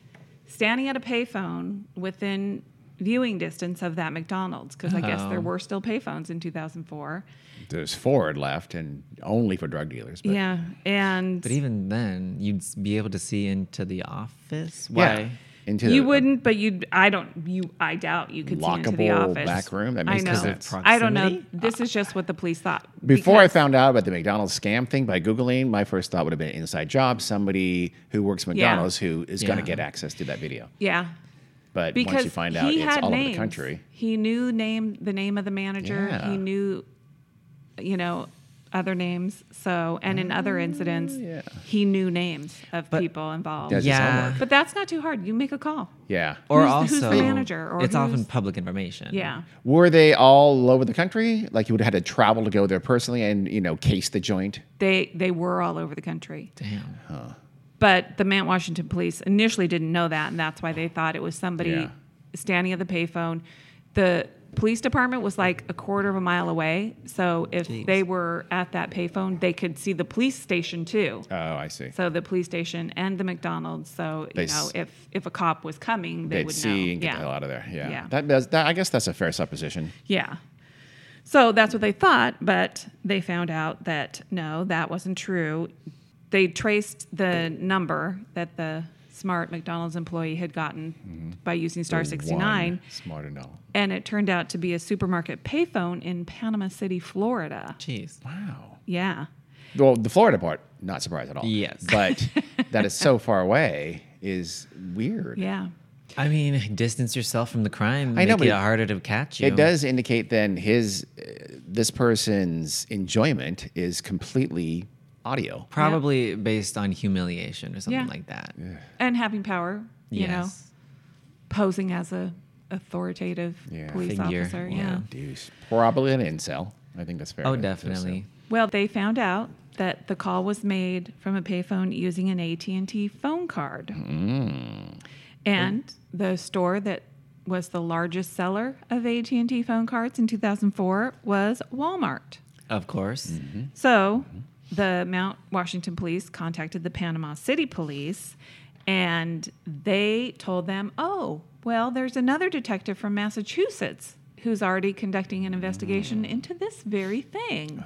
Speaker 2: standing at a payphone within viewing distance of that McDonald's because I guess there
Speaker 3: Oh.
Speaker 2: were still payphones in 2004.
Speaker 1: There's four left, and only for drug dealers. But
Speaker 2: yeah, and
Speaker 3: But even then, you'd s- be able to see into the office.
Speaker 1: Yeah.
Speaker 3: Why?
Speaker 1: into
Speaker 2: You
Speaker 1: the-
Speaker 2: wouldn't, but you'd. I don't. You. I doubt you could see into the
Speaker 1: Lockable
Speaker 2: office.
Speaker 1: back room? That
Speaker 2: I
Speaker 1: makes no
Speaker 2: know.
Speaker 1: sense.
Speaker 2: I don't know.
Speaker 3: Proximity?
Speaker 2: This is just what the police thought.
Speaker 1: Before I
Speaker 2: because-
Speaker 1: found out about the McDonald's scam thing by Googling, my first thought would have been inside job, somebody who works McDonald's who is going to
Speaker 3: Yeah.
Speaker 1: get access to that video.
Speaker 2: Yeah.
Speaker 1: But
Speaker 2: Because
Speaker 1: once you find out,
Speaker 2: he
Speaker 1: it's
Speaker 2: had
Speaker 1: all
Speaker 2: names.
Speaker 1: over the country.
Speaker 2: He knew name the name of the manager.
Speaker 1: Yeah.
Speaker 2: He knew, you know, other names. So and in other incidents,
Speaker 1: Ah, yeah.
Speaker 2: he knew names of
Speaker 3: But-
Speaker 2: people involved.
Speaker 1: Does his
Speaker 3: Yeah.
Speaker 1: homework.
Speaker 2: But that's not too hard. You make a call.
Speaker 1: Yeah.
Speaker 3: Or
Speaker 2: Who's- who's
Speaker 3: also,
Speaker 2: the manager, or
Speaker 3: it's often
Speaker 2: who's-
Speaker 3: public information.
Speaker 2: Yeah.
Speaker 1: Were they all over the country? Like you would have had to travel to go there personally and, you know, case the joint?
Speaker 2: They they were all over the country.
Speaker 3: Damn.
Speaker 2: But the Mount Washington police initially didn't know that, and that's why they thought it was somebody
Speaker 1: Yeah.
Speaker 2: standing at the payphone. The police department was like a quarter of a mile away, so if
Speaker 3: Jeez.
Speaker 2: they were at that payphone, they could see the police station too.
Speaker 1: Oh, I see.
Speaker 2: So the police station and the McDonald's. So
Speaker 1: They
Speaker 2: you know,
Speaker 1: s-
Speaker 2: if if a cop was coming, they
Speaker 1: They'd
Speaker 2: would
Speaker 1: see
Speaker 2: know.
Speaker 1: and get
Speaker 2: yeah.
Speaker 1: the hell out of there. Yeah.
Speaker 2: Yeah.
Speaker 1: That does, that, I guess that's a fair supposition.
Speaker 2: Yeah. So that's what they thought, but they found out that no, that wasn't true. They traced the number that the smart McDonald's employee had gotten by using star
Speaker 1: The
Speaker 2: 69
Speaker 1: one Smarter no.
Speaker 2: and it turned out to be a supermarket payphone in Panama City, Florida.
Speaker 3: Jeez.
Speaker 1: Wow.
Speaker 2: Yeah.
Speaker 1: Well, the Florida part, not surprised at all.
Speaker 3: Yes.
Speaker 1: But that it's so far away is weird.
Speaker 2: Yeah.
Speaker 3: I mean, distance yourself from the crime.
Speaker 1: I know,
Speaker 3: make
Speaker 1: but
Speaker 3: it
Speaker 1: it-
Speaker 3: harder to catch you.
Speaker 1: It does indicate then his, uh, this person's enjoyment is completely audio.
Speaker 3: Probably based on humiliation or something
Speaker 2: Yeah.
Speaker 3: like that. Oh,
Speaker 2: And having power, you know,
Speaker 3: Yes.
Speaker 2: posing as a authoritative
Speaker 1: Yeah.
Speaker 2: police
Speaker 3: Figure,
Speaker 2: officer.
Speaker 3: yeah.
Speaker 2: yeah.
Speaker 1: Deuce. Probably an incel. I think that's fair.
Speaker 3: Oh,
Speaker 1: to- to assume.
Speaker 3: definitely.
Speaker 2: Well, they found out that the call was made from a payphone using an AT&T phone card. And the store that was the largest seller of AT&T phone cards in 2004 was Walmart.
Speaker 3: Of course. Mm-hmm.
Speaker 2: So, the Mount Washington police contacted the Panama City police and they told them, "Oh, well, there's another detective from Massachusetts who's already conducting an investigation into this very thing."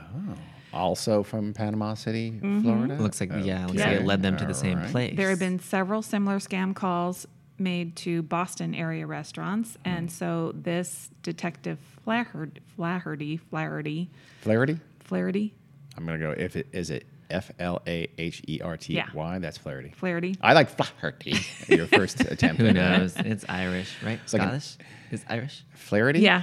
Speaker 1: Also from Panama City,
Speaker 2: Mm-hmm.
Speaker 1: Florida.
Speaker 3: Looks like yeah, looks
Speaker 2: Okay.
Speaker 3: like it led them to the same
Speaker 1: Alright.
Speaker 3: place.
Speaker 2: There have been several similar scam calls made to Boston area restaurants,
Speaker 3: Mm-hmm.
Speaker 2: and so this detective Flaherty, Flaherty, Flaherty,
Speaker 1: Flaherty.
Speaker 2: Flaherty,
Speaker 1: I'm gonna go. If it is it F L A H E R T Y. That's Flaherty.
Speaker 2: Flaherty.
Speaker 1: I like Flaherty. Your first attempt.
Speaker 3: Who knows? It's Irish, right?
Speaker 1: like an-
Speaker 3: Scottish? It's Irish.
Speaker 1: Flaherty.
Speaker 2: Yeah,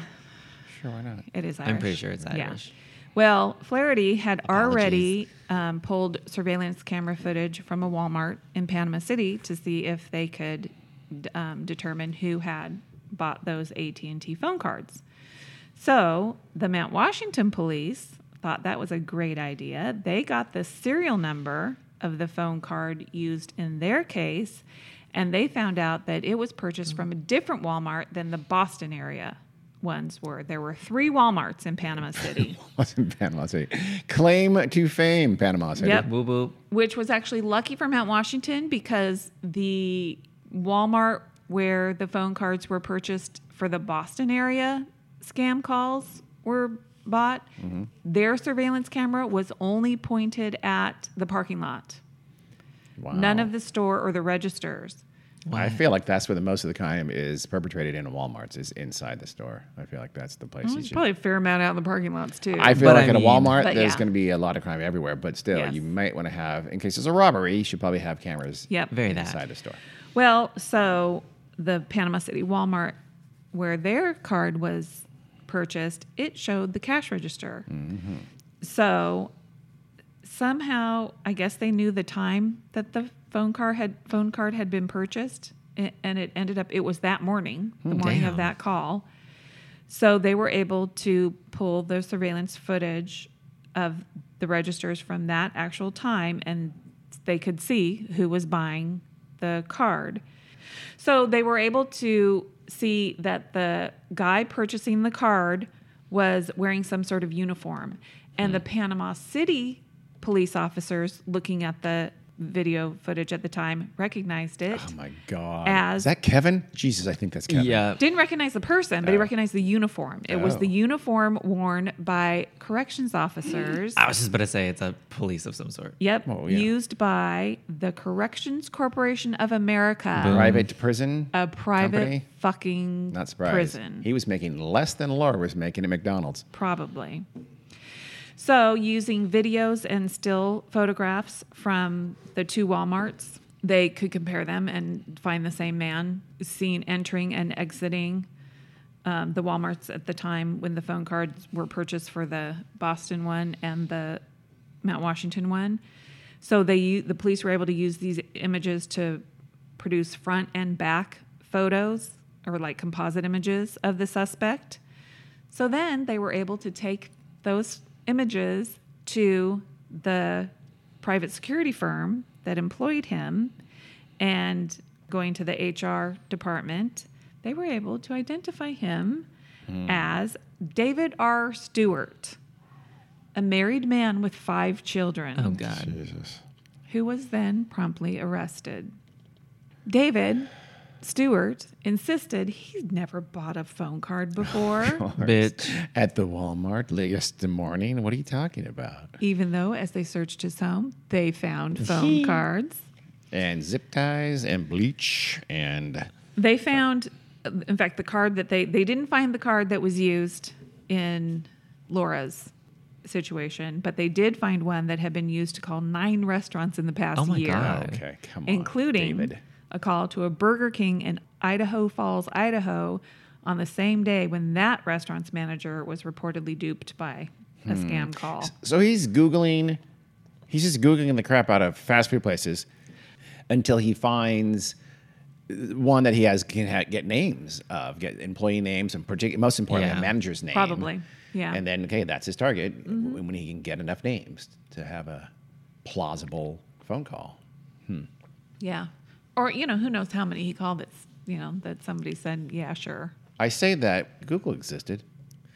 Speaker 1: Sure. Why not?
Speaker 2: it is Irish.
Speaker 3: I'm pretty sure it's
Speaker 2: Yeah.
Speaker 3: Irish.
Speaker 2: Well, Flaherty had already um, pulled surveillance camera footage from a Walmart in Panama City to see if they could d- um, determine who had bought those AT and T phone cards. So the Mount Washington police thought that was a great idea. They got the serial number of the phone card used in their case, and they found out that it was purchased from a different Walmart than the Boston area ones were. There were three Walmarts in Panama City.
Speaker 1: Wasn't Panama City. Claim to fame, Panama City.
Speaker 2: Yep.
Speaker 3: Woo woo.
Speaker 2: which was actually lucky for Mount Washington because the Walmart where the phone cards were purchased for the Boston area scam calls were bought,
Speaker 1: Mm-hmm.
Speaker 2: their surveillance camera was only pointed at the parking lot,
Speaker 1: Wow.
Speaker 2: none of the store or the registers.
Speaker 1: I feel like that's where the most of the crime is perpetrated in Walmart's is inside the store. I feel like that's the place you should.
Speaker 2: Probably a fair amount out in the parking lots too.
Speaker 1: I feel
Speaker 3: But
Speaker 1: like
Speaker 3: I
Speaker 1: at a
Speaker 3: mean-
Speaker 1: Walmart,
Speaker 2: Mm, But
Speaker 1: there's
Speaker 2: yeah.
Speaker 1: going to be a lot of crime everywhere. But still,
Speaker 2: Yes.
Speaker 1: you might want to have, in case there's a robbery, you should probably have cameras
Speaker 2: Yep.
Speaker 3: Very that.
Speaker 1: inside the store.
Speaker 2: Well, so the Panama City Walmart, where their card was purchased, it showed the cash register. So somehow, I guess they knew the time that the phone card had phone card had been purchased, a- and it ended up it was that morning, the morning of
Speaker 3: Damn.
Speaker 2: that call. So they were able to pull the surveillance footage of the registers from that actual time and they could see who was buying the card. So they were able to see that the guy purchasing the card was wearing some sort of uniform. And the Panama City police officers looking at the video footage at the time, recognized it.
Speaker 1: Oh my God.
Speaker 2: As-
Speaker 1: Is that Kevin? Jesus, I think that's Kevin.
Speaker 3: Yeah.
Speaker 2: Didn't recognize the person, but he recognized the uniform. It was
Speaker 1: Oh.
Speaker 2: the uniform worn by corrections officers.
Speaker 3: I was just about to say it's a police of some sort.
Speaker 2: Yep.
Speaker 1: Oh, yeah.
Speaker 2: Used by the Corrections Corporation of America,
Speaker 1: Private prison.
Speaker 2: a private
Speaker 1: company?
Speaker 2: fucking
Speaker 1: Not surprised.
Speaker 2: prison.
Speaker 1: He was making less than Laura was making at McDonald's.
Speaker 2: Probably. So, using videos and still photographs from the two Walmarts, they could compare them and find the same man seen entering and exiting um, the Walmarts at the time when the phone cards were purchased for the Boston one and the Mount Washington one. So they u- the police were able to use these images to produce front and back photos or like composite images of the suspect. So then they were able to take those images to the private security firm that employed him and going to the HR department, they were able to identify him as David R. Stewart, a married man with five children
Speaker 3: Oh God.
Speaker 1: Jesus.
Speaker 2: who was then promptly arrested. David Stewart insisted he'd never bought a phone card before,
Speaker 3: Bitch.
Speaker 1: At the Walmart late yesterday morning. What are you talking about?
Speaker 2: even though as they searched his home, they found phone cards.
Speaker 1: And zip ties and bleach and
Speaker 2: They found, in fact, the card that they they didn't find the card that was used in Laura's situation, but they did find one that had been used to call nine restaurants in the past
Speaker 3: Oh my
Speaker 2: year.
Speaker 3: God.
Speaker 1: okay, come on,
Speaker 2: including
Speaker 1: David.
Speaker 2: a call to a Burger King in Idaho Falls, Idaho, on the same day when that restaurant's manager was reportedly duped by a
Speaker 3: Hmm.
Speaker 2: scam call.
Speaker 1: So he's googling. He's just googling the crap out of fast food places until he finds one that he has can ha- get names of, get employee names, and particular most importantly,
Speaker 3: Yeah.
Speaker 1: a manager's name.
Speaker 2: Probably, yeah.
Speaker 1: And then okay, that's his target
Speaker 3: Mm-hmm.
Speaker 1: when he can get enough names to have a plausible phone call.
Speaker 2: Yeah. Or, you know, who knows how many he called that's, you know, that somebody said, yeah, sure.
Speaker 1: I say that Google existed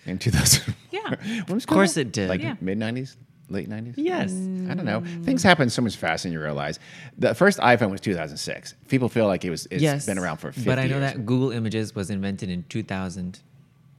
Speaker 1: in 2000.
Speaker 2: Yeah.
Speaker 1: When was
Speaker 3: Of course
Speaker 1: Google?
Speaker 3: it did.
Speaker 1: Like
Speaker 2: Yeah.
Speaker 1: mid 90s, late 90s.
Speaker 3: Yes.
Speaker 1: I don't know. Things happen so much faster than you realize. The first iPhone was 2006. People feel like it was. It's
Speaker 3: yes.
Speaker 1: been around for 50
Speaker 3: But I know
Speaker 1: years.
Speaker 3: that Google Images was invented in 2000.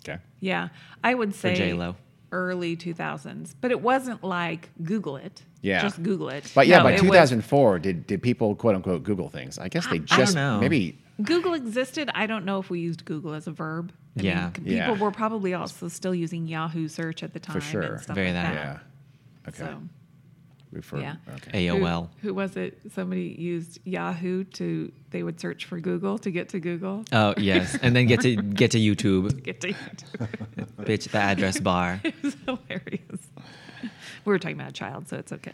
Speaker 1: Okay.
Speaker 2: Yeah. I would say
Speaker 3: J-Lo.
Speaker 2: early 2000s, but it wasn't like Google it.
Speaker 1: Yeah.
Speaker 2: Just Google it.
Speaker 1: But yeah,
Speaker 2: No,
Speaker 1: by
Speaker 2: it was-
Speaker 1: 2004, did did people quote unquote Google things? I guess they
Speaker 2: I- I
Speaker 1: just
Speaker 3: don't know.
Speaker 1: maybe
Speaker 2: Google existed. I don't know if we used Google as a verb. I
Speaker 3: Yeah.
Speaker 2: Mean,
Speaker 1: Yeah.
Speaker 2: people were probably also still using Yahoo search at the time. and
Speaker 1: sure.
Speaker 2: stuff
Speaker 3: Very
Speaker 2: like
Speaker 3: that.
Speaker 1: yeah. Okay.
Speaker 2: So,
Speaker 1: Refer.
Speaker 2: yeah.
Speaker 1: Okay.
Speaker 2: who,
Speaker 3: AOL.
Speaker 2: who was it? Somebody used Yahoo to, they would search for Google to get to Google.
Speaker 1: Uh,
Speaker 3: Oh yes, and then get to get to YouTube,
Speaker 2: Get to Yahoo.
Speaker 3: bitch. The address bar
Speaker 2: it was hilarious. We were talking about a child, so it's okay.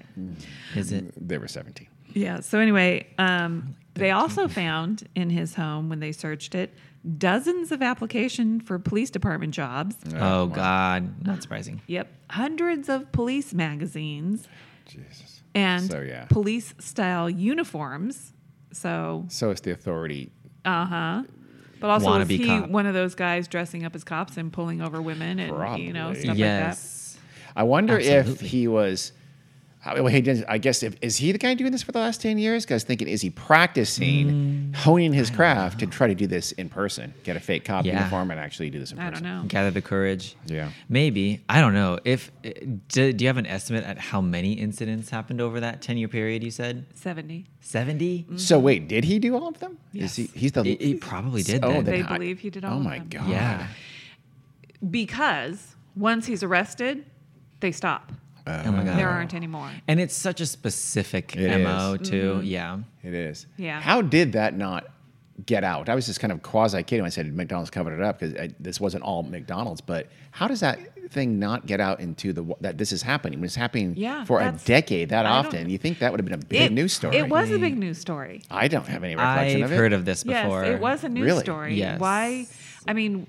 Speaker 3: is it?
Speaker 1: They were 17.
Speaker 2: Yeah. So anyway, um, they also found in his home when they searched it dozens of application for police department jobs.
Speaker 3: Oh, God, not surprising.
Speaker 2: Yep, hundreds of police magazines
Speaker 1: Jesus.
Speaker 2: and
Speaker 1: So, yeah.
Speaker 2: police style uniforms. So,
Speaker 1: So it's the authority.
Speaker 2: but also was
Speaker 3: Wannabe
Speaker 2: he
Speaker 3: cop.
Speaker 2: one of those guys dressing up as cops and pulling over women and you know
Speaker 1: Probably.
Speaker 2: stuff
Speaker 3: yes.
Speaker 1: I wonder if
Speaker 3: Absolutely.
Speaker 1: he was. I- Well, he didn't. I guess if is he the guy doing this for the last ten years? Guys, thinking is he practicing,
Speaker 3: Mm.
Speaker 1: honing his craft to try to do this in person, get a fake cop
Speaker 3: Yeah.
Speaker 1: uniform, and actually do this in
Speaker 2: like that? I
Speaker 1: person?
Speaker 2: don't know.
Speaker 3: Gather the courage.
Speaker 1: Yeah.
Speaker 3: Maybe I don't know if uh, do, do you have an estimate at how many incidents happened over that ten year period? You said
Speaker 2: Seventy.
Speaker 3: seventy.
Speaker 1: So wait, did he do all of them? Is
Speaker 2: Yes.
Speaker 1: he? He's the.
Speaker 3: He- he probably did
Speaker 1: Oh,
Speaker 3: then.
Speaker 1: then
Speaker 2: They
Speaker 1: I-
Speaker 2: believe he did all
Speaker 1: Oh
Speaker 2: of
Speaker 1: my
Speaker 2: them.
Speaker 1: god.
Speaker 3: Yeah.
Speaker 2: Because once he's arrested, they stop.
Speaker 3: oh my God.
Speaker 1: Uh,
Speaker 2: There aren't any more.
Speaker 3: And it's such a specific
Speaker 1: It
Speaker 3: mo too.
Speaker 2: Mm-hmm.
Speaker 3: Yeah.
Speaker 1: It is.
Speaker 2: Yeah.
Speaker 1: How did that not get out? I was just kind of quasi kidding when I said McDonald's covered it up because this wasn't all McDonald's, but how does that thing not get out into the wo- that this is happening? When it's happening
Speaker 2: Yeah,
Speaker 1: for a
Speaker 2: that's-
Speaker 1: decade that
Speaker 2: I don't-
Speaker 1: often, you think that would have been a big
Speaker 2: It-
Speaker 1: news story?
Speaker 2: It was a big news story.
Speaker 1: I don't have any
Speaker 3: I've
Speaker 1: recollection of it.
Speaker 3: heard of this before.
Speaker 2: Yes, it was a news
Speaker 1: Really?
Speaker 2: story.
Speaker 3: Yes.
Speaker 2: Why? I mean,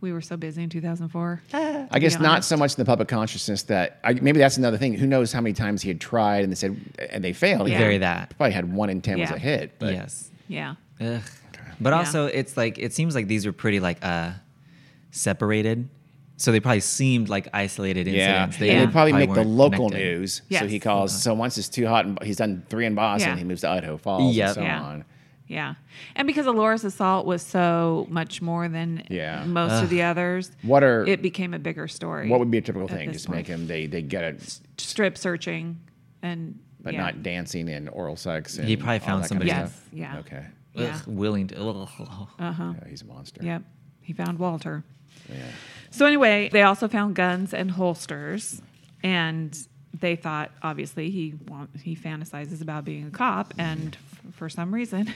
Speaker 2: we were so busy in 2004.
Speaker 1: I guess
Speaker 2: be
Speaker 1: not
Speaker 2: honest.
Speaker 1: so much in the public consciousness that I, maybe that's another thing. Who knows how many times he had tried and they said and they failed. He
Speaker 2: Yeah.
Speaker 3: Very that.
Speaker 1: Probably had one in ten was
Speaker 2: Yeah.
Speaker 1: a hit. But
Speaker 3: yes.
Speaker 2: Yeah.
Speaker 3: Ugh. But
Speaker 2: Yeah.
Speaker 3: also, it's like it seems like these were pretty like uh separated. So they probably seemed like isolated
Speaker 1: Yeah,
Speaker 3: incidents.
Speaker 1: they
Speaker 2: Yeah.
Speaker 1: would probably, make the
Speaker 3: weren't
Speaker 1: local
Speaker 3: connected. Uh-huh.
Speaker 1: news. So
Speaker 2: Yes.
Speaker 1: he calls. So once it's too hot, and he's done three in Boston,
Speaker 2: Yeah.
Speaker 1: he moves to Idaho Falls
Speaker 3: Yep.
Speaker 1: and so
Speaker 2: Yeah.
Speaker 1: on.
Speaker 2: Yeah. And because Alora's assault was so much more than
Speaker 1: Yeah.
Speaker 2: most of the others,
Speaker 1: What are
Speaker 2: it became a bigger story.
Speaker 1: what would be a typical
Speaker 2: at
Speaker 1: thing?
Speaker 2: this
Speaker 1: Just make him they they get it,
Speaker 2: strip searching and
Speaker 1: but
Speaker 2: yeah.
Speaker 1: not dancing and oral sex. And
Speaker 3: He probably
Speaker 1: all
Speaker 3: found
Speaker 1: that kind of
Speaker 3: somebody.
Speaker 2: Yes.
Speaker 1: stuff?
Speaker 2: Yeah. Uh-huh.
Speaker 1: Okay.
Speaker 2: Yeah.
Speaker 3: Ugh, willing to. ugh.
Speaker 1: Yeah, he's a monster.
Speaker 2: Yep. He found Walter.
Speaker 1: Yeah.
Speaker 2: So anyway, they also found guns and holsters, and they thought obviously he want, he fantasizes about being a cop, and f- for some reason.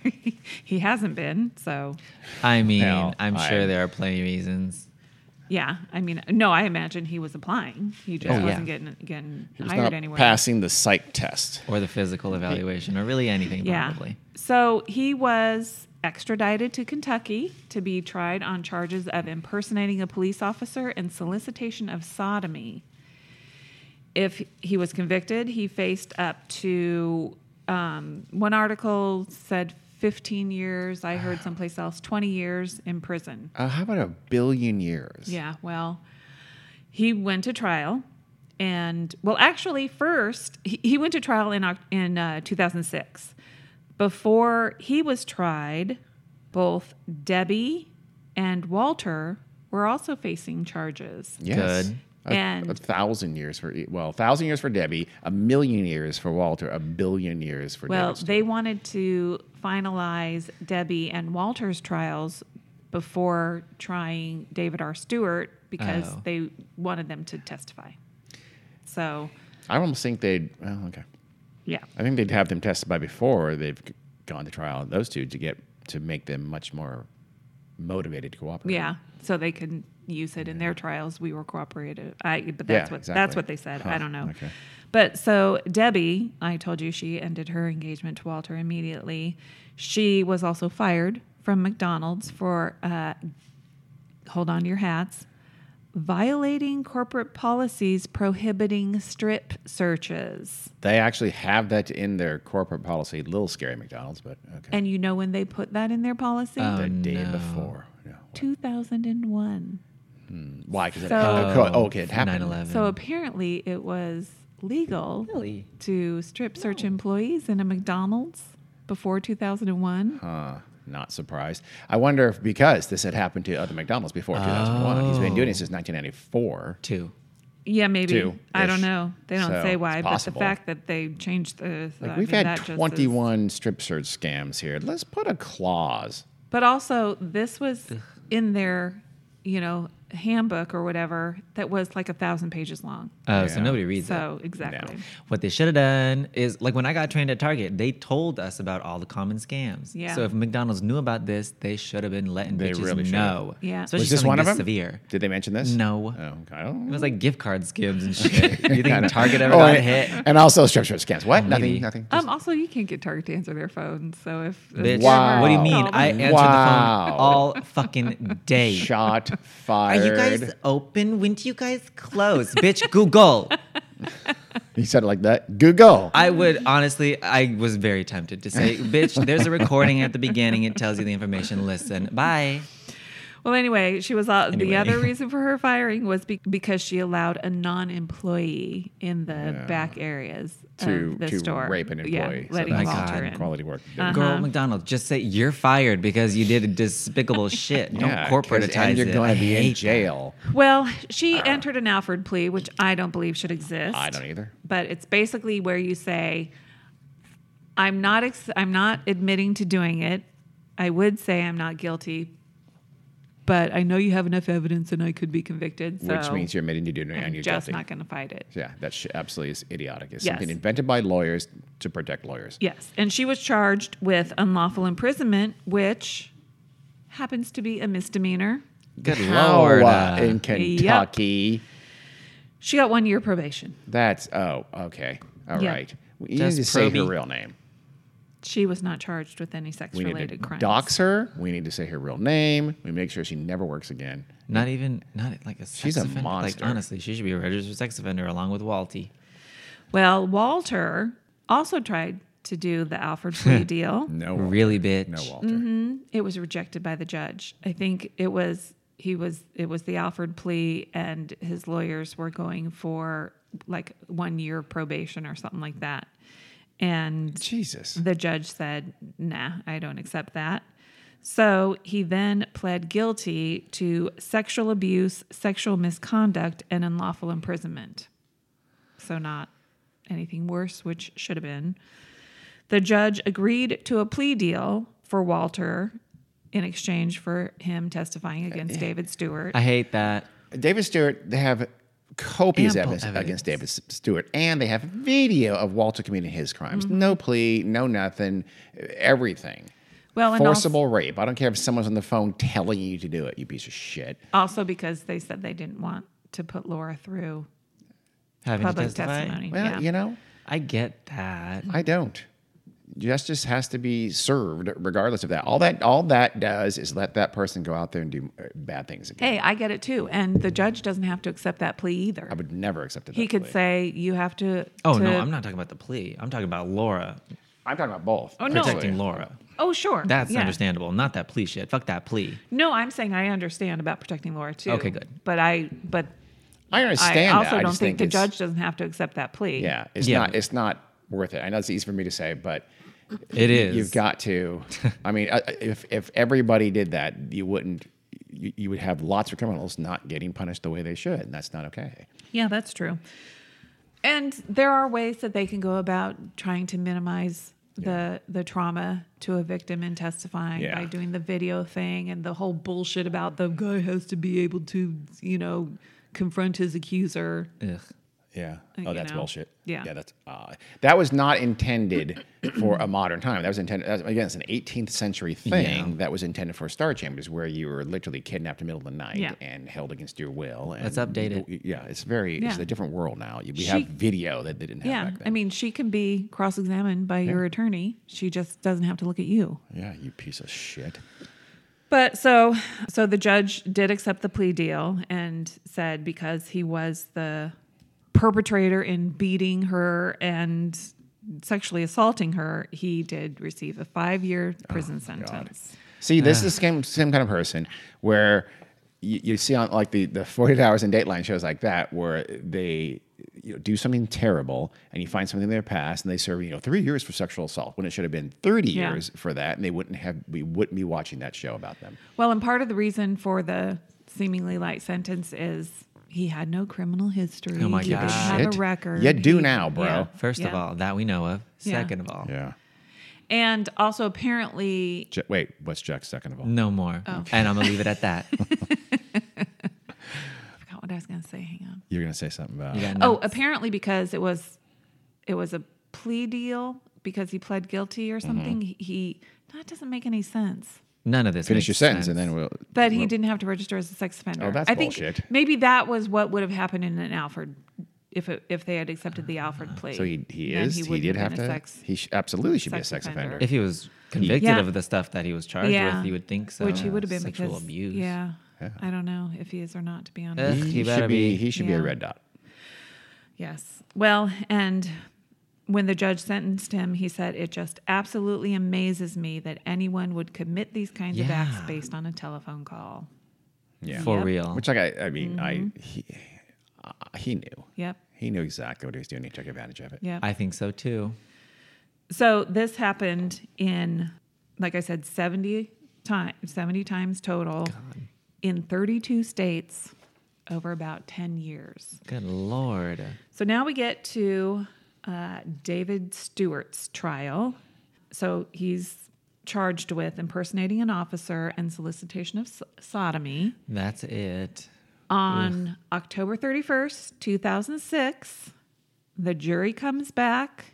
Speaker 2: he hasn't been so
Speaker 3: I mean,
Speaker 1: Now,
Speaker 3: I'm sure
Speaker 1: I-
Speaker 3: there are plenty of reasons.
Speaker 2: yeah i mean no i imagine he was applying he just
Speaker 1: Yeah. Oh,
Speaker 2: wasn't
Speaker 3: yeah.
Speaker 2: getting getting
Speaker 1: He was
Speaker 2: hired
Speaker 1: not
Speaker 2: anywhere
Speaker 1: passing the psych test.
Speaker 3: Or the physical evaluation, or really anything,
Speaker 2: yeah
Speaker 3: probably.
Speaker 2: so he was extradited to kentucky to be tried on charges of impersonating a police officer and solicitation of sodomy if he was convicted, he faced up to um, one article said 15 years. I heard someplace else 20 years in prison.
Speaker 1: Uh, how about a billion years?
Speaker 2: Yeah, well, he went to trial, and well, actually, first he, he went to trial in Oc- in uh, 2006. Before he was tried, both Debbie and Walter were also facing charges.
Speaker 1: Yes.
Speaker 3: Good.
Speaker 1: A,
Speaker 2: And-
Speaker 1: a thousand years for e, well, a thousand years for Debbie, a million years for Walter, a billion years for
Speaker 2: Well,
Speaker 1: Debbie
Speaker 2: they wanted to finalize Debbie and Walter's trials before trying David R. Stewart because
Speaker 3: Oh.
Speaker 2: they wanted them to testify. So,
Speaker 1: Stewart. I almost think they'd. Well, okay.
Speaker 2: yeah.
Speaker 1: I think they'd have them testify before they've g- gone to trial. Those two to get to make them much more motivated to cooperate.
Speaker 2: Yeah, so they can use it in their trials. We were cooperative, I, but that's
Speaker 1: Yeah,
Speaker 2: what that's
Speaker 1: exactly.
Speaker 2: what they said. I
Speaker 1: Huh,
Speaker 2: don't know.
Speaker 1: okay.
Speaker 2: But so Debbie, I told you she ended her engagement to Walter immediately. She was also fired from McDonald's for uh, hold on to your hats, violating corporate policies prohibiting strip searches.
Speaker 1: They actually have that in their corporate policy. A little scary, McDonald's, but okay.
Speaker 2: And you know when they put that in their policy?
Speaker 1: the
Speaker 3: Oh,
Speaker 1: day
Speaker 3: no.
Speaker 1: before. Yeah.
Speaker 2: 2001.
Speaker 1: Why? Because
Speaker 2: So-
Speaker 1: it, oh, okay, it happened.
Speaker 3: 9/11.
Speaker 2: So apparently it was legal
Speaker 3: Really?
Speaker 2: to strip search
Speaker 1: Oh.
Speaker 2: employees in a McDonald's before 2001.
Speaker 1: Huh. Not surprised. I wonder if because this had happened to other McDonald's before 2001. He's been doing it since 1994.
Speaker 3: Two.
Speaker 2: Yeah, maybe.
Speaker 1: Two-ish.
Speaker 2: I don't know. They don't
Speaker 1: So
Speaker 2: say
Speaker 1: it's
Speaker 2: why, but the
Speaker 1: possible.
Speaker 2: fact that they changed the
Speaker 1: Like
Speaker 2: I mean,
Speaker 1: we've
Speaker 2: that
Speaker 1: had
Speaker 2: just is-
Speaker 1: 21 strip search scams here. Let's put a clause.
Speaker 2: but also this was in their, you know, handbook or whatever that was like a thousand pages long.
Speaker 3: Oh, so
Speaker 1: Yeah.
Speaker 3: nobody reads it.
Speaker 2: So exactly.
Speaker 3: What they should have done is like when I got trained at Target, they told us about all the common scams.
Speaker 2: Yeah.
Speaker 3: So if McDonald's knew about this, they should have been letting
Speaker 1: They
Speaker 3: bitches
Speaker 1: really should
Speaker 3: know.
Speaker 2: have. Yeah. Was
Speaker 3: Especially
Speaker 1: Was this one of
Speaker 3: something
Speaker 1: them?
Speaker 3: Severe.
Speaker 1: Did they mention this?
Speaker 3: No.
Speaker 1: Oh, okay. I
Speaker 3: It
Speaker 1: don't-
Speaker 3: was like gift card skims and shit. you think Target ever
Speaker 1: Oh,
Speaker 3: got
Speaker 1: and,
Speaker 3: hit?
Speaker 1: and also strip search scams. What?
Speaker 3: Maybe.
Speaker 1: Nothing. Nothing. Just-
Speaker 2: Um, also, you can't get Target to answer their phone. So if
Speaker 3: Bitch,
Speaker 1: Wow.
Speaker 3: what do you mean? I
Speaker 2: Call them.
Speaker 3: answered the
Speaker 1: Wow.
Speaker 3: phone all fucking day.
Speaker 1: Shot
Speaker 3: Are
Speaker 1: fired.
Speaker 3: you guys open? When do you guys close? Bitch, Google.
Speaker 1: He said it like that. Google.
Speaker 3: I would honestly, I was very tempted to say, bitch, there's a recording at the beginning. It tells you the information. Listen, bye.
Speaker 2: Well, anyway, she was uh,
Speaker 3: Anyway.
Speaker 2: the other reason for her firing was be- because she allowed a non-employee in the back areas
Speaker 1: To-
Speaker 2: of the
Speaker 1: to
Speaker 2: store
Speaker 1: rape an employee.
Speaker 2: Yeah,
Speaker 1: So
Speaker 2: letting
Speaker 3: that's
Speaker 2: Walter
Speaker 3: God.
Speaker 2: in.
Speaker 1: Quality work.
Speaker 2: Uh-huh. Uh,
Speaker 3: Girl, McDonald's, just say you're fired because you did despicable shit. Don't
Speaker 1: Yeah, 'cause-
Speaker 3: corporatize
Speaker 1: And you're
Speaker 3: it.
Speaker 1: going
Speaker 3: I
Speaker 1: to be in
Speaker 3: hate
Speaker 1: jail.
Speaker 2: Well, she entered an Alford plea, which I don't believe should exist.
Speaker 1: uh, I don't either.
Speaker 2: But it's basically where you say, "I'm not. Ex- I'm not admitting to doing it. I would say I'm not guilty." But I know you have enough evidence, and I could be convicted. So
Speaker 1: Which means you're admitting to doing it
Speaker 2: I'm
Speaker 1: and you're
Speaker 2: just
Speaker 1: guilty.
Speaker 2: not going to fight it.
Speaker 1: Yeah, that sh- absolutely is idiotic. It's
Speaker 2: Yes.
Speaker 1: something invented by lawyers to protect lawyers.
Speaker 2: Yes, and she was charged with unlawful imprisonment, which happens to be a misdemeanor.
Speaker 3: it. Good
Speaker 1: How,
Speaker 3: lord.
Speaker 1: uh,
Speaker 3: uh,
Speaker 1: in Kentucky.
Speaker 2: She got one year probation.
Speaker 1: That's oh okay. all right.
Speaker 2: Yeah.
Speaker 1: We need
Speaker 3: Just
Speaker 1: to say her
Speaker 3: probing.
Speaker 1: real name.
Speaker 2: She was not charged with any sex
Speaker 1: We need to
Speaker 2: related crimes.
Speaker 1: dox her. We need to say her real name. We make sure she never works again.
Speaker 3: Not even, not like a sex
Speaker 1: She's a
Speaker 3: offender.
Speaker 1: monster.
Speaker 3: Like, honestly, she should be a registered sex offender along with Walty.
Speaker 2: Well, Walter also tried to do the Alfred plea deal.
Speaker 3: Mm.
Speaker 1: No, Walter.
Speaker 2: Mm-hmm.
Speaker 3: Really, bitch.
Speaker 1: no Walter.
Speaker 2: It was rejected by the judge. I think it was he was it was the Alford plea, and his lawyers were going for like one year probation or something like that. And
Speaker 1: Jesus.
Speaker 2: the judge said, nah, I don't accept that. So he then pled guilty to sexual abuse, sexual misconduct, and unlawful imprisonment. So, not anything worse, which should have been. The judge agreed to a plea deal for Walter in exchange for him testifying against David Stewart.
Speaker 3: I hate that.
Speaker 1: David Stewart, they have copious
Speaker 3: Ample
Speaker 1: evidence,
Speaker 3: evidence.
Speaker 1: against David S- Stewart, and they have video of Walter committing his crimes.
Speaker 2: Mm-hmm.
Speaker 1: No plea, no nothing, everything.
Speaker 2: Well, and also-
Speaker 1: Forcible rape. I don't care if someone's on the phone telling you to do it, you piece of shit.
Speaker 2: also because they said they didn't want to put Laura through
Speaker 3: Having to
Speaker 2: public
Speaker 3: testify.
Speaker 2: testimony.
Speaker 1: Well,
Speaker 2: yeah.
Speaker 1: you know,
Speaker 3: I get that.
Speaker 1: I don't. Justice has to be served regardless of that. All that all that does is let that person go out there and do uh, bad things again.
Speaker 2: hey, I get it too. And the judge doesn't have to accept that plea either.
Speaker 1: I would never accept it.
Speaker 2: He could say you have to.
Speaker 3: Oh
Speaker 2: to-
Speaker 3: no, I'm not talking about the plea. I'm talking about Laura
Speaker 1: I'm talking about both. Oh,
Speaker 2: no.
Speaker 3: protecting Laura.
Speaker 2: Oh sure,
Speaker 3: That's
Speaker 2: yeah.
Speaker 3: understandable. Not that plea shit. Fuck that plea.
Speaker 2: No, I'm saying I understand about protecting Laura too.
Speaker 3: Okay, good.
Speaker 2: But I, but
Speaker 1: I
Speaker 2: I
Speaker 1: understand
Speaker 2: also
Speaker 1: that. I
Speaker 2: don't
Speaker 1: just think,
Speaker 2: think, the
Speaker 1: it's-
Speaker 2: judge doesn't have to accept that plea.
Speaker 1: Yeah, it's
Speaker 3: Yeah.
Speaker 1: not. It's not worth it. I know it's easy for me to say, but
Speaker 3: It is.
Speaker 1: you've got to. I mean, I- if if everybody did that, you wouldn't. You, you would have lots of criminals not getting punished the way they should, and that's not okay.
Speaker 2: Yeah, that's true. And there are ways that they can go about trying to minimize the the trauma to a victim in testifying
Speaker 1: Yeah.
Speaker 2: by doing the video thing and the whole bullshit about the guy has to be able to, you know, confront his accuser.
Speaker 3: Ugh.
Speaker 1: Yeah.
Speaker 2: you
Speaker 1: Oh, that's
Speaker 2: know.
Speaker 1: bullshit.
Speaker 2: Yeah.
Speaker 1: Yeah, that's uh, that was not intended for a modern time. That was intended that was- again. It's an 18th century thing
Speaker 3: Yeah.
Speaker 1: that was intended for star chambers, where you were literally kidnapped in the middle of the night
Speaker 2: Yeah.
Speaker 1: and held against your will. And
Speaker 3: Let's update it.
Speaker 1: Yeah, it's very. It's
Speaker 2: Yeah.
Speaker 1: a different world now. You, we
Speaker 2: She-
Speaker 1: have video that they didn't have
Speaker 2: Yeah.
Speaker 1: back then.
Speaker 2: I mean, she can be cross examined by your attorney. She just doesn't have to look at you.
Speaker 1: yeah, you piece of shit.
Speaker 2: But so so the judge did accept the plea deal and said because he was the perpetrator in beating her and sexually assaulting her, he did receive a 5-year
Speaker 1: Oh,
Speaker 2: prison sentence.
Speaker 1: See, this is the same, same kind of person where you, you see on like the, the 48 hours in Dateline shows like that, where they you know, do something terrible and you find something in their past and they serve, you know, three years for sexual assault when it should have been 30
Speaker 2: Yeah.
Speaker 1: years for that. And they wouldn't have, we wouldn't be watching that show about them.
Speaker 2: Well, and part of the reason for the seemingly light sentence is he had no criminal history.
Speaker 3: Oh my
Speaker 2: he didn't
Speaker 3: gosh.
Speaker 2: have
Speaker 1: Shit.
Speaker 2: a record.
Speaker 1: You do
Speaker 2: He-
Speaker 1: now, bro.
Speaker 3: First of
Speaker 2: Yeah.
Speaker 3: all, that we know of.
Speaker 2: Yeah.
Speaker 3: Second of all,
Speaker 1: Yeah.
Speaker 2: And also apparently
Speaker 1: Ja- wait, what's Jack's second of all?
Speaker 3: no more.
Speaker 2: Oh.
Speaker 3: And I'm gonna leave it at that.
Speaker 2: I forgot what I was going to say. Hang on.
Speaker 1: You're going to say something about
Speaker 3: You got
Speaker 2: Oh,
Speaker 3: notes?
Speaker 2: apparently because it was it was a plea deal because he pled guilty
Speaker 1: Mm-hmm.
Speaker 2: or something. He that doesn't make any sense.
Speaker 3: none of this.
Speaker 1: finish
Speaker 3: makes
Speaker 1: your sentence
Speaker 3: sense.
Speaker 1: and then we'll.
Speaker 2: That he didn't have to register as a sex offender.
Speaker 1: Oh, that's
Speaker 2: I think
Speaker 1: bullshit.
Speaker 2: maybe that was what would have happened in an Alfred if it, if they had accepted the Alfred plea.
Speaker 1: Ah. So he, he
Speaker 2: Then
Speaker 1: is, he,
Speaker 2: wouldn't
Speaker 1: did have
Speaker 2: been
Speaker 1: to,
Speaker 2: a sex-
Speaker 1: he sh- absolutely should be a
Speaker 2: sex
Speaker 1: sex
Speaker 2: offender.
Speaker 1: offender.
Speaker 3: if he was convicted
Speaker 2: Yeah.
Speaker 3: of the stuff that he was charged
Speaker 2: Yeah.
Speaker 3: with, you would think so.
Speaker 2: which he would have been
Speaker 3: sexual
Speaker 2: because
Speaker 3: abuse.
Speaker 2: Yeah, I don't know if he is or not. To
Speaker 1: Eh.
Speaker 2: be honest.
Speaker 3: Ugh, he,
Speaker 1: he,
Speaker 3: better
Speaker 1: should be,
Speaker 3: be.
Speaker 1: he should be
Speaker 2: Yeah.
Speaker 1: a red dot.
Speaker 2: Yes. Well, and when the judge sentenced him, he said, It just absolutely amazes me that anyone would commit these kinds of acts
Speaker 3: Yeah.
Speaker 2: based on a telephone call.
Speaker 1: Yeah.
Speaker 3: for
Speaker 2: Yep.
Speaker 3: real.
Speaker 1: Which, like, I, I mean,
Speaker 3: mm-hmm.
Speaker 1: I he, uh, he knew.
Speaker 2: Yep.
Speaker 1: He knew exactly what he was doing. He took advantage of it.
Speaker 2: Yep.
Speaker 3: I think so too.
Speaker 2: so this happened in, like I said, 70 times, 70 times total in 32 states over about 10 years.
Speaker 3: Good lord.
Speaker 2: So now we get to uh, David Stewart's trial. So he's charged with impersonating an officer and solicitation of s- sodomy
Speaker 3: That's it.
Speaker 2: on October 31st, 2006. The jury comes back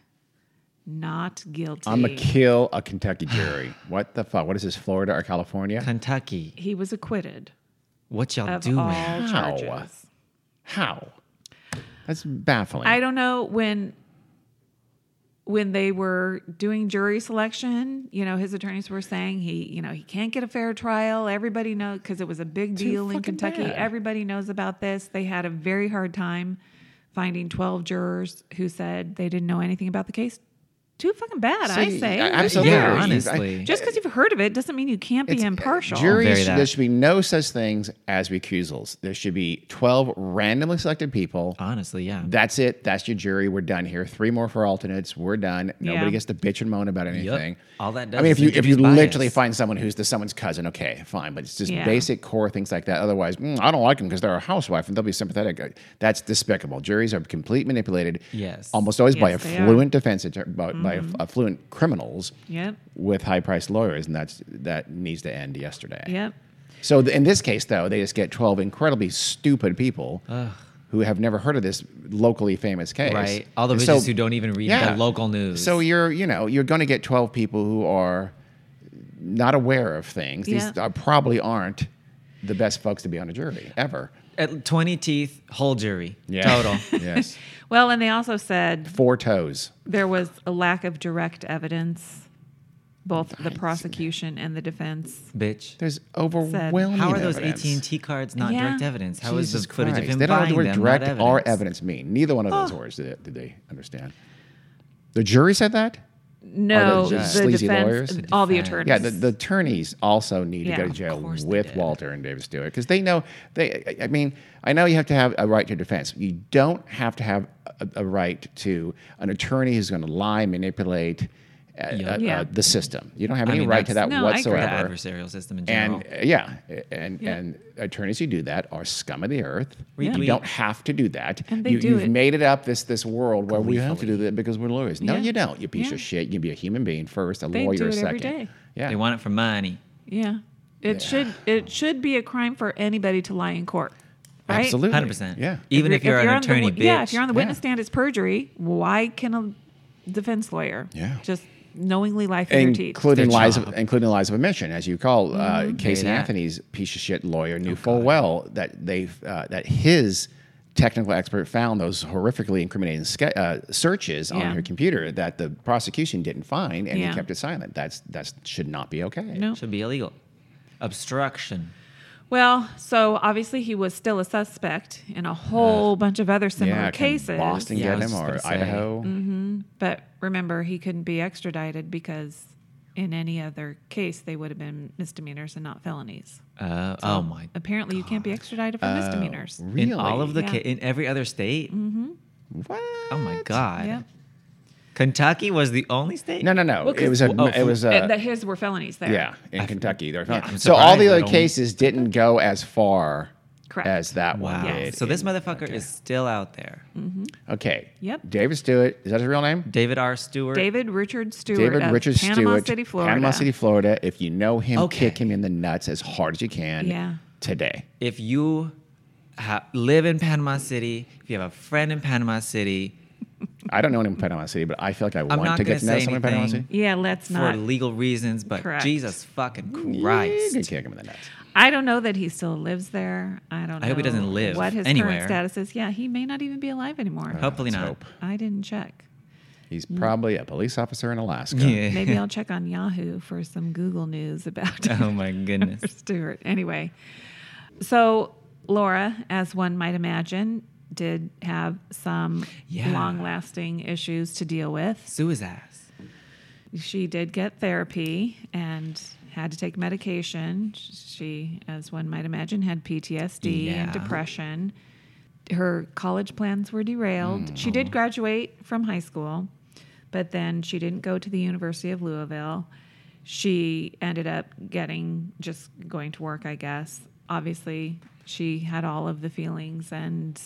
Speaker 2: not guilty.
Speaker 1: I'm going to kill a Kentucky jury. what the fuck? What is this, Florida or California?
Speaker 3: Kentucky.
Speaker 2: he was acquitted
Speaker 3: What y'all
Speaker 2: of
Speaker 3: doing?
Speaker 2: all
Speaker 1: How?
Speaker 2: charges.
Speaker 1: How? That's baffling.
Speaker 2: I don't know when when they were doing jury selection, you know, his attorneys were saying he, you know, he can't get a fair trial. Everybody knows because it was a big deal in
Speaker 1: fucking
Speaker 2: Kentucky.
Speaker 1: bad.
Speaker 2: Everybody knows about this. They had a very hard time finding 12 jurors who said they didn't know anything about the case too fucking bad, I
Speaker 1: See,
Speaker 2: say.
Speaker 1: I-
Speaker 2: Just
Speaker 1: uh, absolutely.
Speaker 3: Yeah,
Speaker 1: I-
Speaker 3: honestly.
Speaker 2: just because you've heard of it doesn't mean you can't be
Speaker 1: It's-
Speaker 2: impartial.
Speaker 3: Very
Speaker 1: Juries,
Speaker 3: that.
Speaker 1: there should be no such things as recusals. There should be 12 randomly selected people.
Speaker 3: Honestly, yeah.
Speaker 1: That's it. That's your jury. We're done here. Three more for alternates. We're done. Nobody
Speaker 2: Yeah.
Speaker 1: gets to bitch and moan about anything.
Speaker 3: All that
Speaker 1: I
Speaker 3: does
Speaker 1: mean, if
Speaker 3: is
Speaker 1: you if you
Speaker 3: introduce bias.
Speaker 1: literally find someone who's the someone's cousin, okay, fine. But it's just
Speaker 2: Yeah.
Speaker 1: basic core things like that. Otherwise, "Mm, I don't like them because they're a housewife and they'll be sympathetic. Uh, That's despicable. Juries are complete manipulated.
Speaker 3: Yes. Mm-hmm.
Speaker 1: almost always by
Speaker 2: Yes, they
Speaker 1: affluent defense attor- by, by aff- affluent criminals
Speaker 2: Yep.
Speaker 1: with high-priced lawyers, and that's that needs to end yesterday.
Speaker 2: Yep.
Speaker 1: So th- in this case, though, they just get 12 incredibly stupid people who have never heard of this locally famous case.
Speaker 3: right. All the
Speaker 1: And
Speaker 3: bitches
Speaker 1: so-
Speaker 3: who don't even read
Speaker 1: yeah.
Speaker 3: the local news.
Speaker 1: So you're, you know, you're going to get 12 people who are not aware of things. These
Speaker 2: Yeah.
Speaker 1: are, probably aren't the best folks to be on a jury ever.
Speaker 3: at 20 teeth, whole jury.
Speaker 1: Yeah.
Speaker 3: Total.
Speaker 1: yes.
Speaker 2: Well, and they also said
Speaker 1: Four toes.
Speaker 2: there was a lack of direct evidence, both the prosecution and the defense.
Speaker 3: Bitch.
Speaker 1: There's overwhelming
Speaker 3: How are those E
Speaker 1: evidence.
Speaker 3: AT&T cards not
Speaker 2: Yeah.
Speaker 3: direct evidence? How is
Speaker 1: Jesus
Speaker 3: the footage
Speaker 1: Christ.
Speaker 3: of him
Speaker 1: They don't know
Speaker 3: buying
Speaker 1: the word
Speaker 3: them
Speaker 1: direct
Speaker 3: not
Speaker 1: or
Speaker 3: evidence?
Speaker 1: evidence mean. Neither one of those
Speaker 2: Oh.
Speaker 1: words did, did they understand. The jury said that?
Speaker 2: No,
Speaker 1: just
Speaker 2: the
Speaker 1: sleazy
Speaker 2: defense,
Speaker 1: lawyers?
Speaker 2: th- all the
Speaker 3: Defense.
Speaker 2: attorneys.
Speaker 1: Yeah, the, the attorneys also need
Speaker 2: Yeah,
Speaker 1: to go to
Speaker 2: of
Speaker 1: jail
Speaker 3: course they
Speaker 1: with
Speaker 3: did.
Speaker 1: Walter and David Stewart because they know they. I- I mean, I know you have to have a right to defense. You don't have to have a, a right to an attorney who's going to lie, manipulate uh, uh,
Speaker 2: Yeah.
Speaker 1: uh, the system. You don't have
Speaker 3: I
Speaker 1: any
Speaker 3: mean,
Speaker 1: right to that
Speaker 3: that's-
Speaker 2: No, I agree.
Speaker 3: The
Speaker 1: whatsoever.
Speaker 3: adversarial system in general.
Speaker 1: And uh, yeah, and
Speaker 2: Yeah.
Speaker 1: and attorneys who do that are scum of the earth. You
Speaker 3: Retweet.
Speaker 1: don't have to do that.
Speaker 2: And they
Speaker 1: you,
Speaker 2: do
Speaker 1: you've
Speaker 2: it.
Speaker 1: made it up this this world where we have to do that because we're lawyers. No,
Speaker 2: Yeah.
Speaker 1: you don't. You piece
Speaker 2: Yeah.
Speaker 1: of shit. You can be a human being first, a
Speaker 2: They
Speaker 1: lawyer
Speaker 2: do it
Speaker 1: second.
Speaker 2: every day.
Speaker 1: Yeah.
Speaker 3: They want it for money.
Speaker 2: Yeah. It should it should be a crime for anybody to lie in court. Right?
Speaker 1: Absolutely.
Speaker 3: 100%.
Speaker 1: Yeah.
Speaker 3: Even if you're, an
Speaker 2: on the
Speaker 3: attorney,
Speaker 2: wi-
Speaker 3: bitch.
Speaker 2: Yeah, if you're on the
Speaker 1: Yeah.
Speaker 2: witness stand, it's perjury. Why can a defense lawyer
Speaker 1: Yeah.
Speaker 2: just knowingly lie through your teeth?
Speaker 1: including
Speaker 3: Their
Speaker 1: lies, of,
Speaker 3: job.
Speaker 1: including lies of omission, as you call uh,
Speaker 2: Mm-hmm.
Speaker 1: Casey
Speaker 3: that.
Speaker 1: Anthony's piece of shit lawyer
Speaker 2: Oh,
Speaker 1: knew full well that they uh, that his technical expert found those horrifically incriminating sca- uh, searches
Speaker 2: Yeah.
Speaker 1: on her computer that the prosecution didn't find, and
Speaker 2: Yeah.
Speaker 1: he kept it silent. That's that should not be okay.
Speaker 2: No.
Speaker 3: Should be illegal. Obstruction.
Speaker 2: Well, so obviously he was still a suspect in a whole bunch of other similar
Speaker 1: Yeah, can
Speaker 2: cases.
Speaker 1: Boston
Speaker 3: Yeah, I
Speaker 1: get
Speaker 3: was
Speaker 1: him
Speaker 3: just
Speaker 1: or
Speaker 3: gonna say.
Speaker 1: Idaho?
Speaker 2: But remember, he couldn't be extradited because in any other case they would have been misdemeanors and not felonies.
Speaker 3: Uh, oh my.
Speaker 2: Apparently, you can't be extradited
Speaker 1: Oh,
Speaker 2: for misdemeanors.
Speaker 1: Really?
Speaker 3: In all of the
Speaker 2: Yeah. Mm-hmm.
Speaker 3: ca- in every other state.
Speaker 1: what?
Speaker 3: Oh my god.
Speaker 2: Yep.
Speaker 3: Kentucky was the only state.
Speaker 1: No, no, no.
Speaker 2: Well,
Speaker 1: it
Speaker 2: 'cause-
Speaker 1: was a.
Speaker 3: Oh,
Speaker 1: it was
Speaker 2: Uh,
Speaker 1: a.
Speaker 2: the- his were felonies there.
Speaker 1: Yeah, in Kentucky. They're fine.
Speaker 3: I'm
Speaker 1: so all the other
Speaker 3: surprised that only-
Speaker 1: cases didn't go as far
Speaker 2: Correct.
Speaker 1: as that
Speaker 3: Wow.
Speaker 1: one did.
Speaker 3: So this
Speaker 1: in-
Speaker 3: motherfucker is still out there.
Speaker 2: Mm.
Speaker 1: Okay.
Speaker 2: Yep.
Speaker 1: David Stewart. Is that his real name?
Speaker 3: David R. Stewart.
Speaker 2: David Richard Stewart.
Speaker 1: David
Speaker 2: of
Speaker 1: Richard
Speaker 2: Panama
Speaker 1: Stewart.
Speaker 2: City, Florida.
Speaker 1: Panama City, Florida. If you know him,
Speaker 3: Okay.
Speaker 1: kick him in the nuts as hard as you can
Speaker 2: Yeah.
Speaker 1: today.
Speaker 3: If you ha- live in Panama City, if you have a friend in Panama City,
Speaker 1: I don't know anyone in Panama City, but I feel like I want
Speaker 3: not
Speaker 1: to get
Speaker 3: gonna
Speaker 1: to know
Speaker 3: say
Speaker 1: someone in Panama
Speaker 3: anything.
Speaker 1: City.
Speaker 2: Yeah, let's not.
Speaker 3: for legal reasons, but
Speaker 2: Correct.
Speaker 3: Jesus fucking
Speaker 1: You
Speaker 3: Christ.
Speaker 1: can kick him in the nuts.
Speaker 2: I don't know that he still lives there. I don't. know
Speaker 3: I hope he doesn't live
Speaker 2: what his current
Speaker 3: anywhere.
Speaker 2: status is. Yeah, he may not even be alive anymore.
Speaker 3: Hopefully
Speaker 1: Let's
Speaker 3: not.
Speaker 1: hope.
Speaker 2: I didn't check.
Speaker 1: He's probably a police officer in Alaska.
Speaker 3: Yeah.
Speaker 2: Maybe I'll check on Yahoo for some Google news about
Speaker 3: Oh my goodness.
Speaker 2: Stewart. Anyway, so Laura, as one might imagine, did have some
Speaker 3: Yeah.
Speaker 2: long-lasting issues to deal with.
Speaker 3: Sue his ass.
Speaker 2: She did get therapy and had to take medication. She, as one might imagine, had PTSD and
Speaker 3: Yeah.
Speaker 2: depression. Her college plans were derailed. She
Speaker 3: Mm.
Speaker 2: did graduate from high school, but then she didn't go to the University of Louisville. She ended up getting just going to work, I guess. Obviously, she had all of the feelings and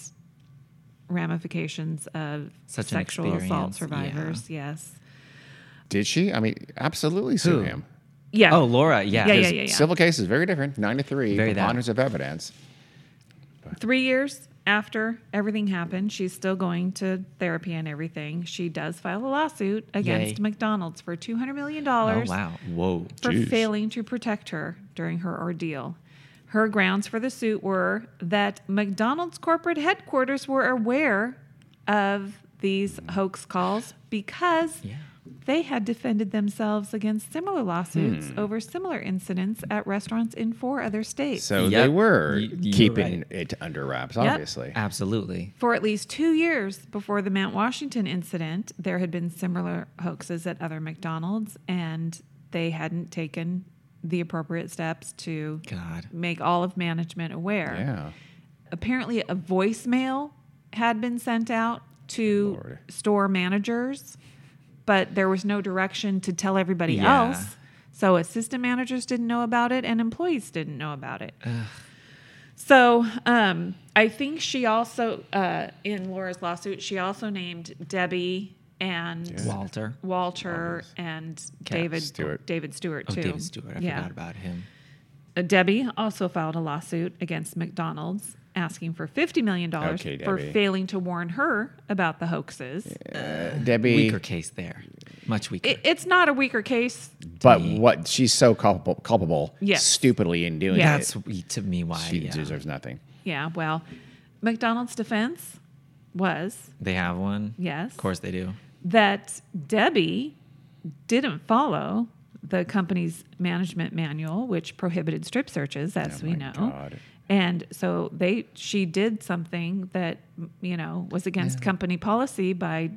Speaker 2: ramifications of
Speaker 3: Such an
Speaker 2: sexual assault
Speaker 3: experience, yeah.
Speaker 2: survivors. Yes.
Speaker 1: Did she? I mean, absolutely sue
Speaker 3: Who?
Speaker 1: him.
Speaker 2: Yeah.
Speaker 3: Oh, Laura. Yeah.
Speaker 2: Yeah, yeah,
Speaker 1: Because
Speaker 2: yeah, yeah.
Speaker 1: Civil case is very different. 93,
Speaker 3: Very that.
Speaker 1: preponderance of evidence.
Speaker 2: Three years after everything happened, she's still going to therapy and everything. She does file a lawsuit against
Speaker 3: Yay.
Speaker 2: McDonald's for $200 million
Speaker 3: Oh wow. Whoa.
Speaker 2: for
Speaker 1: Jeez.
Speaker 2: failing to protect her during her ordeal. Her grounds for the suit were that McDonald's corporate headquarters were aware of these hoax calls because
Speaker 3: Yeah.
Speaker 2: They had defended themselves against similar lawsuits
Speaker 3: Hmm.
Speaker 2: over similar incidents at restaurants in four other states.
Speaker 1: So
Speaker 3: Yep.
Speaker 1: they were
Speaker 3: Y- you were
Speaker 1: keeping
Speaker 3: right.
Speaker 1: it under wraps,
Speaker 2: Yep.
Speaker 1: obviously.
Speaker 3: Absolutely.
Speaker 2: For at least two years before the Mount Washington incident, there had been similar hoaxes at other McDonald's, and they hadn't taken the appropriate steps to
Speaker 3: God.
Speaker 2: make all of management aware.
Speaker 1: Yeah.
Speaker 2: Apparently, a voicemail had been sent out to
Speaker 1: Lord.
Speaker 2: store managers, but there was no direction to tell everybody
Speaker 3: Yeah.
Speaker 2: else. So, assistant managers didn't know about it, and employees didn't know about it. So um, I think she also, uh, in Laura's lawsuit, she also named Debbie and
Speaker 3: Walter.
Speaker 2: Walter and David
Speaker 1: Stewart.
Speaker 2: David Stewart
Speaker 3: Oh,
Speaker 2: too.
Speaker 3: David Stewart. I forgot about him.
Speaker 2: Uh, Debbie also filed a lawsuit against McDonald's asking for fifty million dollars
Speaker 1: Okay,
Speaker 2: for
Speaker 1: Debbie.
Speaker 2: failing to warn her about the hoaxes.
Speaker 1: Uh, Debbie.
Speaker 3: Weaker case there. Much weaker.
Speaker 2: It, it's not a weaker case.
Speaker 1: But what she's so culpable, culpable
Speaker 2: Yes.
Speaker 1: stupidly in doing
Speaker 2: Yeah.
Speaker 1: it,
Speaker 3: That's we- to me why
Speaker 1: she
Speaker 3: yeah.
Speaker 1: deserves nothing.
Speaker 2: Yeah. Well, McDonald's defense was
Speaker 3: they have one.
Speaker 2: yes.
Speaker 3: Of course they do.
Speaker 2: that Debbie didn't follow the company's management manual, which prohibited strip searches, as
Speaker 1: Oh
Speaker 2: we
Speaker 1: my
Speaker 2: know.
Speaker 1: God.
Speaker 2: And so they, she did something that m- you know was against company policy by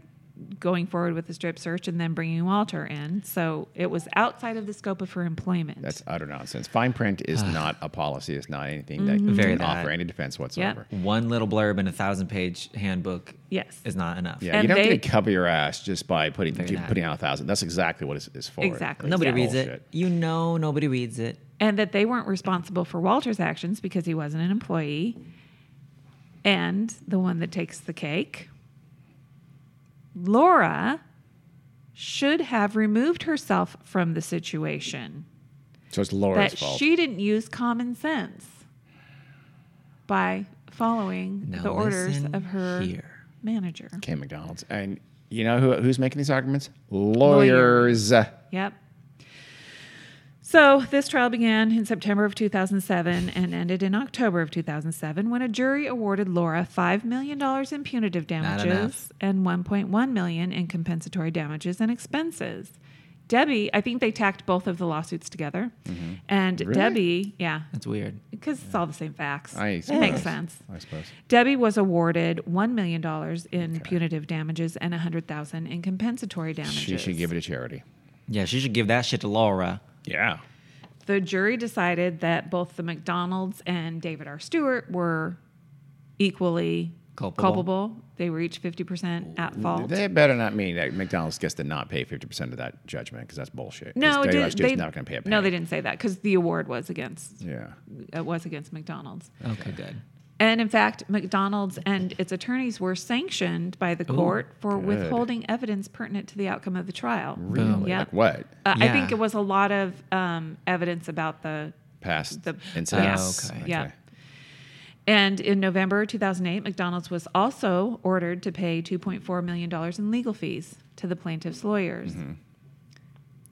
Speaker 2: going forward with the strip search and then bringing Walter in. So it was outside of the scope of her employment.
Speaker 1: That's utter nonsense. Fine print is not a policy. It's not anything that
Speaker 3: Very
Speaker 1: can
Speaker 3: bad.
Speaker 1: offer any defense whatsoever.
Speaker 3: One little blurb in a thousand page handbook
Speaker 2: yes.
Speaker 3: is not enough.
Speaker 1: Yeah,
Speaker 2: And
Speaker 1: you don't
Speaker 2: they-
Speaker 1: get to cover your ass just by putting
Speaker 3: Very bad.
Speaker 1: putting out a thousand. That's exactly what it's, it's for.
Speaker 2: Exactly.
Speaker 3: Nobody
Speaker 2: Yeah.
Speaker 3: reads it.
Speaker 1: Bullshit.
Speaker 3: You know nobody reads it.
Speaker 2: and that they weren't responsible for Walter's actions because he wasn't an employee. And the one that takes the cake, Laura, should have removed herself from the situation.
Speaker 1: So it's Laura's
Speaker 2: that
Speaker 1: fault.
Speaker 2: she didn't use common sense by following
Speaker 3: Now
Speaker 2: the orders
Speaker 3: listen
Speaker 2: of her
Speaker 3: here.
Speaker 2: manager.
Speaker 1: Kay McDonald's. And you know who, who's making these arguments? Lawyers.
Speaker 2: Yep. So this trial began in September of 2007 and ended in October of 2007 when a jury awarded Laura $5 million in punitive damages
Speaker 3: enough.
Speaker 2: and $1.1 million in compensatory damages and expenses. Debbie, I think they tacked both of the lawsuits together. And Debbie, yeah,
Speaker 3: That's weird.
Speaker 2: because it's all the same facts.
Speaker 1: I
Speaker 2: it
Speaker 1: suppose.
Speaker 2: makes sense.
Speaker 1: I suppose.
Speaker 2: Debbie was awarded $1 million in punitive damages and 100000 in compensatory damages.
Speaker 1: She should give it to charity.
Speaker 3: Yeah, she should give that shit to Laura.
Speaker 1: Yeah.
Speaker 2: the jury decided that both the McDonald's and David R. Stewart were equally
Speaker 3: Culpable.
Speaker 2: culpable. They were each 50% at fault.
Speaker 1: They better not mean that McDonald's gets to not pay 50% of that judgment because that's bullshit. 'Cause
Speaker 2: no,
Speaker 1: Dave
Speaker 2: did-
Speaker 1: Rush Jr.'s
Speaker 2: they,
Speaker 1: not going to pay a penny.
Speaker 2: no, they didn't say that because the award was against
Speaker 1: Yeah.
Speaker 2: it was against McDonald's.
Speaker 3: Okay, good.
Speaker 2: And in fact, McDonald's and its attorneys were sanctioned by the court for
Speaker 1: good.
Speaker 2: withholding evidence pertinent to the outcome of the trial.
Speaker 1: Really?
Speaker 2: Yeah.
Speaker 1: Like what?
Speaker 2: Uh, I
Speaker 3: Yeah.
Speaker 2: think it was a lot of um, evidence about the
Speaker 1: Past
Speaker 2: the-
Speaker 1: incidents.
Speaker 3: Oh, okay.
Speaker 2: Yeah. And in November 2008, McDonald's was also ordered to pay $2.4 million in legal fees to the plaintiff's lawyers.
Speaker 1: Mm-hmm.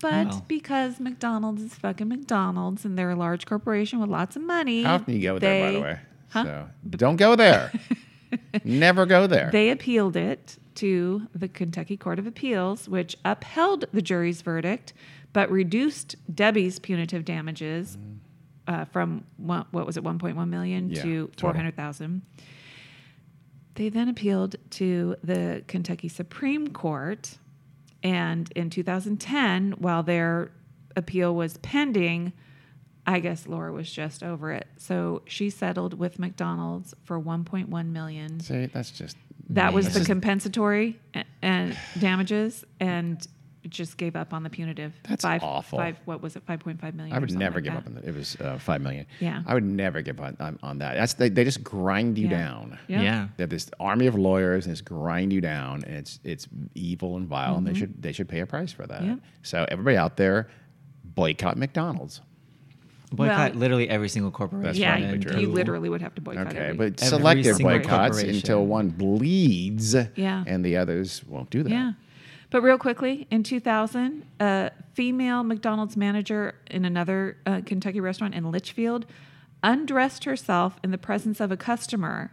Speaker 2: But
Speaker 3: Wow.
Speaker 2: because McDonald's is fucking McDonald's and they're a large corporation with lots of money,
Speaker 1: How often you go there, by the
Speaker 2: they-
Speaker 1: way?
Speaker 2: Huh?
Speaker 1: So don't go there. Never go there.
Speaker 2: They appealed it to the Kentucky Court of Appeals, which upheld the jury's verdict but reduced Debbie's punitive damages uh, from one, what was it, 1.1 million
Speaker 1: Mm-hmm. Yeah,
Speaker 2: to
Speaker 1: total.
Speaker 2: 400,000. They then appealed to the Kentucky Supreme Court, and in 2010, while their appeal was pending, I guess Laura was just over it. So she settled with McDonald's for 1.1 million.
Speaker 1: See, that's just.
Speaker 2: That was
Speaker 3: Man.
Speaker 2: the compensatory a- and damages, and just gave up on the punitive.
Speaker 1: That's
Speaker 2: five,
Speaker 1: awful.
Speaker 2: Five, what was it? Five point five million.
Speaker 1: I
Speaker 2: or
Speaker 1: would
Speaker 2: something
Speaker 1: never
Speaker 2: like
Speaker 1: give
Speaker 2: that.
Speaker 1: up on that. It was uh, five million.
Speaker 2: Yeah.
Speaker 1: I would never give up on, on that. That's they, they just grind you
Speaker 2: Yeah.
Speaker 1: down.
Speaker 2: Yeah.
Speaker 3: Yeah.
Speaker 1: They have this army of lawyers and it's grind you down and it's it's evil and vile and they
Speaker 2: Mm-hmm.
Speaker 1: should they should pay a price for that.
Speaker 2: Yeah.
Speaker 1: So everybody out there, boycott McDonald's.
Speaker 3: Boycott
Speaker 2: Well-
Speaker 3: literally every single corporation.
Speaker 1: That's
Speaker 2: Yeah,
Speaker 1: right,
Speaker 3: and
Speaker 1: Andrew.
Speaker 2: you, you literally would have to boycott.
Speaker 1: Okay,
Speaker 2: every-
Speaker 1: but
Speaker 3: every
Speaker 1: selective
Speaker 3: single
Speaker 1: boycotts
Speaker 3: corporation.
Speaker 1: until one bleeds
Speaker 2: Yeah.
Speaker 1: and the others won't do that.
Speaker 2: yeah. But real quickly, in 2000, a female McDonald's manager in another uh, Kentucky restaurant in Litchfield undressed herself in the presence of a customer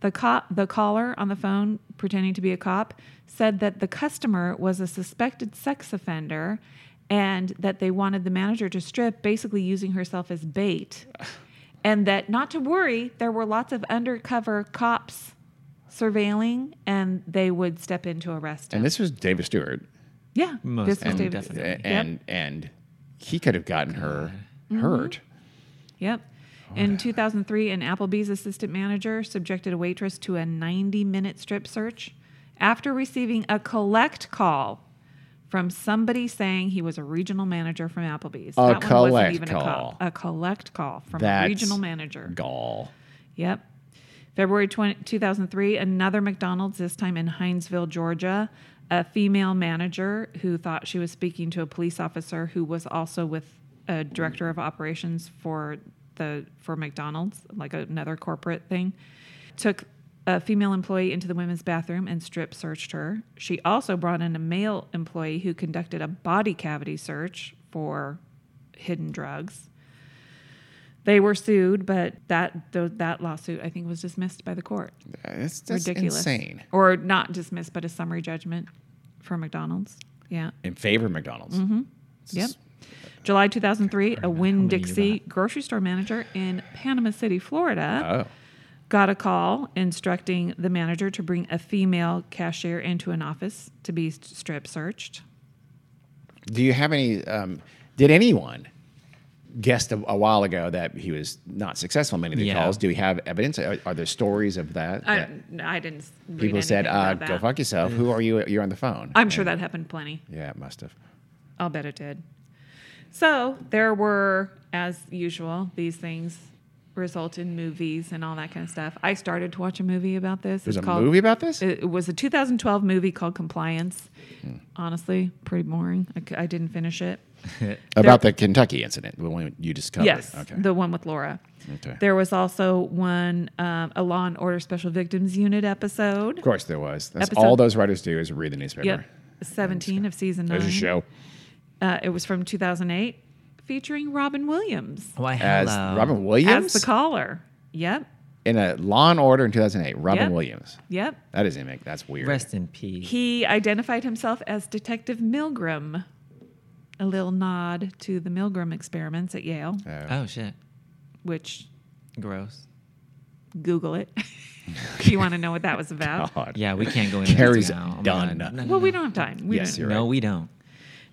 Speaker 2: The cop, the caller on the phone pretending to be a cop, said that the customer was a suspected sex offender, and that they wanted the manager to strip, basically using herself as bait, and that not to worry, there were lots of undercover cops surveilling, and they would step in to arrest him.
Speaker 1: And this was David Stewart.
Speaker 2: yeah,
Speaker 3: Most
Speaker 2: this was
Speaker 3: and
Speaker 2: David.
Speaker 1: And
Speaker 3: definitely.
Speaker 2: Yep. Mm-hmm.
Speaker 1: and, he could have gotten her hurt.
Speaker 2: Yep. In 2003, an Applebee's assistant manager subjected a waitress to a 90 minute strip search after receiving a collect call from somebody saying he was a regional manager from Applebee's.
Speaker 1: A
Speaker 2: that one wasn't
Speaker 1: collect
Speaker 2: even a
Speaker 1: call.
Speaker 2: cop. A collect call from a
Speaker 1: That's
Speaker 2: regional manager.
Speaker 1: Gall.
Speaker 2: Yep. February 20, 2003, another McDonald's, this time in Hinesville, Georgia. A female manager who thought she was speaking to a police officer who was also with a director of operations for the for McDonald's, like another corporate thing, took a female employee into the women's bathroom and strip searched her. She also brought in a male employee who conducted a body cavity search for hidden drugs they were sued, but that tho- that lawsuit I think was dismissed by the court.
Speaker 1: That's, that's
Speaker 2: Ridiculous,
Speaker 1: insane.
Speaker 2: or not dismissed, but a summary judgment for McDonald's. Yeah.
Speaker 1: In favor of McDonald's.
Speaker 2: Mm-hmm. Yep. July 2003, a Winn
Speaker 3: many you
Speaker 2: Dixie grocery store manager in Panama City, Florida,
Speaker 1: Oh.
Speaker 2: got a call instructing the manager to bring a female cashier into an office to be s- strip searched.
Speaker 1: Do you have any? Um, did anyone guessed a, a while ago that he was not successful in many of the
Speaker 3: Yeah.
Speaker 1: calls? Do we have evidence? Are, are there stories of that? that
Speaker 2: I, I didn't. s- Read
Speaker 1: people said,
Speaker 2: anything
Speaker 1: uh,
Speaker 2: about
Speaker 1: "Go
Speaker 2: that.
Speaker 1: fuck yourself." Who are you? You're on the phone.
Speaker 2: I'm sure that happened plenty.
Speaker 1: yeah, it must have.
Speaker 2: I'll bet it did. So there were, as usual, these things result in movies and all that kind of stuff. I started to watch a movie about this.
Speaker 1: There's a movie about this.
Speaker 2: It it was a 2012 movie called Compliance. Honestly, pretty boring. I, c- I didn't finish it.
Speaker 1: about the Kentucky incident, the one you discovered.
Speaker 2: Yes,
Speaker 1: Okay.
Speaker 2: the one with Laura.
Speaker 1: Okay.
Speaker 2: There was also one, um, a Law and Order Special Victims Unit episode.
Speaker 1: of course, there was. That's
Speaker 2: Episode-
Speaker 1: all those writers do is read the newspaper.
Speaker 2: Yep, 17 of season nine.
Speaker 1: There's a show
Speaker 2: Uh, it was from 2008, featuring Robin Williams.
Speaker 3: Why,
Speaker 1: as
Speaker 3: hello.
Speaker 1: Robin Williams
Speaker 2: As the caller. Yep.
Speaker 1: in a Law and Order in 2008. Robin
Speaker 2: Yep.
Speaker 1: Williams.
Speaker 2: Yep.
Speaker 1: That doesn't make. That's weird.
Speaker 3: Rest in peace.
Speaker 2: He identified himself as Detective Milgram. A little nod to the Milgram experiments at Yale,
Speaker 3: Oh shit.
Speaker 2: which
Speaker 3: Gross.
Speaker 2: Google it. if you want to know what that was about.
Speaker 1: God.
Speaker 3: Oh, Yeah, we can't go into
Speaker 1: Carrie's
Speaker 3: this now. Oh my
Speaker 1: done.
Speaker 3: God. No, no,
Speaker 2: Well, we don't have time. We
Speaker 1: Yes,
Speaker 2: don't.
Speaker 1: you're
Speaker 3: no, we don't.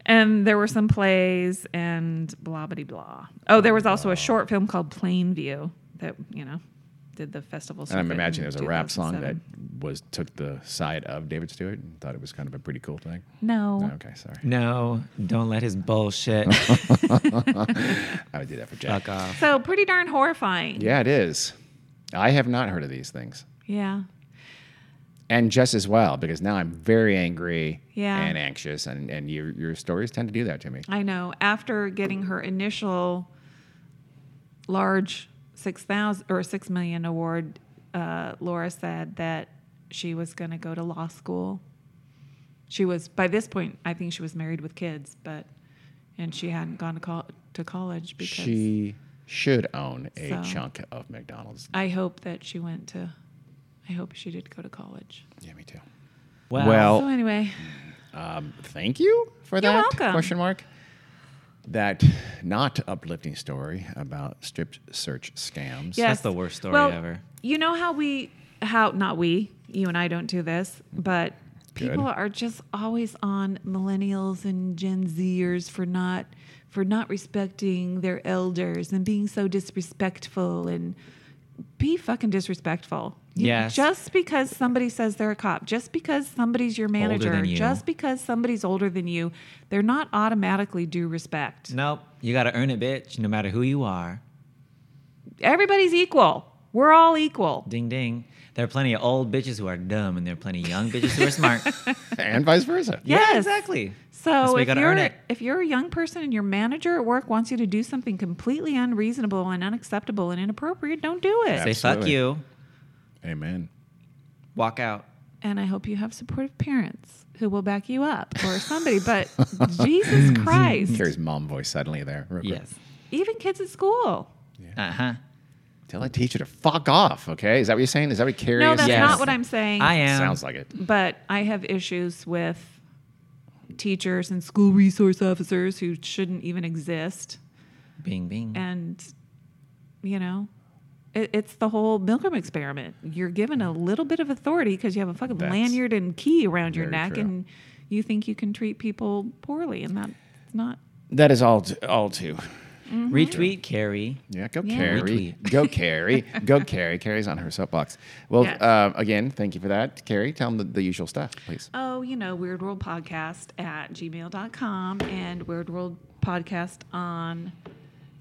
Speaker 2: And there were some plays and blah blah blah. Oh, there was also a short film called Plainview that you know did the festival.
Speaker 1: And I'm
Speaker 2: circuit in
Speaker 1: imagining there's a rap song that
Speaker 2: 2007.
Speaker 1: was took the side of David Stewart and thought it was kind of a pretty cool thing.
Speaker 2: No,
Speaker 1: Okay, sorry.
Speaker 3: No, don't let his bullshit
Speaker 1: I would do that for Jack.
Speaker 3: fuck off.
Speaker 2: so pretty darn horrifying.
Speaker 1: Yeah, it is. I have not heard of these things.
Speaker 2: yeah.
Speaker 1: And just as well, because now I'm very angry
Speaker 2: Yeah.
Speaker 1: and anxious, and, and your, your stories tend to do that to me.
Speaker 2: I know. After getting her initial large six thousand or six million award, uh, Laura said that she was going to go to law school. She was by this point, I think she was married with kids, but and she hadn't gone to col- to college because
Speaker 1: She should own a
Speaker 2: So-
Speaker 1: chunk of McDonald's.
Speaker 2: I hope that she went to. I hope she did go to college.
Speaker 1: Yeah, me too.
Speaker 3: Well,
Speaker 1: Well-
Speaker 2: So anyway,
Speaker 1: Um, thank you for
Speaker 2: You're
Speaker 1: that
Speaker 2: welcome.
Speaker 1: question mark. That not uplifting story about strip search scams.
Speaker 2: yes,
Speaker 3: the worst story
Speaker 2: Well,
Speaker 3: ever.
Speaker 2: You know how we how not we you and I don't do this, but
Speaker 1: Good.
Speaker 2: people are just always on millennials and Gen Zers for not for not respecting their elders and being so disrespectful and be fucking disrespectful. You-
Speaker 3: Yes.
Speaker 2: Just because somebody says they're a cop, just because somebody's your manager,
Speaker 3: than you.
Speaker 2: just because somebody's older than you, they're not automatically due respect.
Speaker 3: nope. You gotta earn it, bitch. No matter who you are.
Speaker 2: Everybody's equal. We're all equal.
Speaker 3: Ding ding. There are plenty of old bitches who are dumb, and there are plenty of young bitches who are smart.
Speaker 1: And vice versa.
Speaker 2: Yes.
Speaker 3: Yeah, exactly. That's
Speaker 2: So
Speaker 3: why you
Speaker 2: if
Speaker 3: gotta
Speaker 2: you're
Speaker 3: earn it.
Speaker 2: if you're a young person and your manager at work wants you to do something completely unreasonable and unacceptable and inappropriate, don't do it.
Speaker 1: Yeah.
Speaker 3: Say fuck
Speaker 1: Absolutely.
Speaker 3: you.
Speaker 1: Amen.
Speaker 3: Walk out.
Speaker 2: And I hope you have supportive parents who will back you up or somebody. But Jesus Christ,
Speaker 1: Mm-hmm. Carrie's mom voice suddenly there. real quick.
Speaker 3: Yes.
Speaker 2: even kids at school.
Speaker 3: Uh huh.
Speaker 1: Tell a teacher to fuck off. Okay, is that what you're saying? Is that what Carrie
Speaker 2: No,
Speaker 1: is
Speaker 2: that's
Speaker 1: saying?
Speaker 2: not what I'm saying.
Speaker 3: I am.
Speaker 1: Sounds like it.
Speaker 2: But I have issues with teachers and school resource officers who shouldn't even exist.
Speaker 3: Bing, bing.
Speaker 2: And, you know, it, it's the whole Milgram experiment. You're given a little bit of authority because you have a fucking
Speaker 1: That's
Speaker 2: lanyard and key around your
Speaker 1: very
Speaker 2: neck
Speaker 1: true.
Speaker 2: and you think you can treat people poorly. And that's not.
Speaker 1: That is all. T- all too.
Speaker 3: Retweet Carrie.
Speaker 1: Yeah, go
Speaker 2: Yeah.
Speaker 1: Carrie.
Speaker 3: Retweet.
Speaker 1: Go Carrie. go Carrie. Carrie's on her soapbox. Well,
Speaker 2: Yes.
Speaker 1: uh, again, thank you for that, Carrie. Tell them the, the usual stuff, please.
Speaker 2: Oh, you know, Weird World Podcast at gmail.com and Weird World Podcast on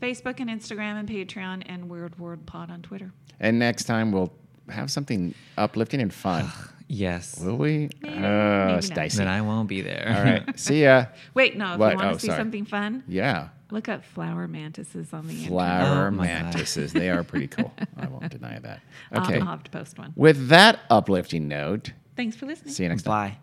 Speaker 2: Facebook and Instagram and Patreon and Weird World Pod on Twitter.
Speaker 1: And next time we'll have something uplifting and fun.
Speaker 3: Yes.
Speaker 1: Will we?
Speaker 2: Maybe, maybe
Speaker 1: Uh,
Speaker 2: not.
Speaker 1: it's dicey.
Speaker 3: Then I won't be there.
Speaker 1: All right. See ya.
Speaker 2: Wait, no, if
Speaker 1: What?
Speaker 2: you want
Speaker 1: Oh,
Speaker 2: to see
Speaker 1: sorry.
Speaker 2: something fun,
Speaker 1: Yeah.
Speaker 2: look up flower mantises on the internet.
Speaker 1: Flower
Speaker 3: Oh my God.
Speaker 1: mantises. They are pretty cool. I won't deny that. Okay.
Speaker 2: Uh, I'll, I'll have to post one.
Speaker 1: With that uplifting note,
Speaker 2: Thanks for listening.
Speaker 1: see you next time.
Speaker 3: Bye.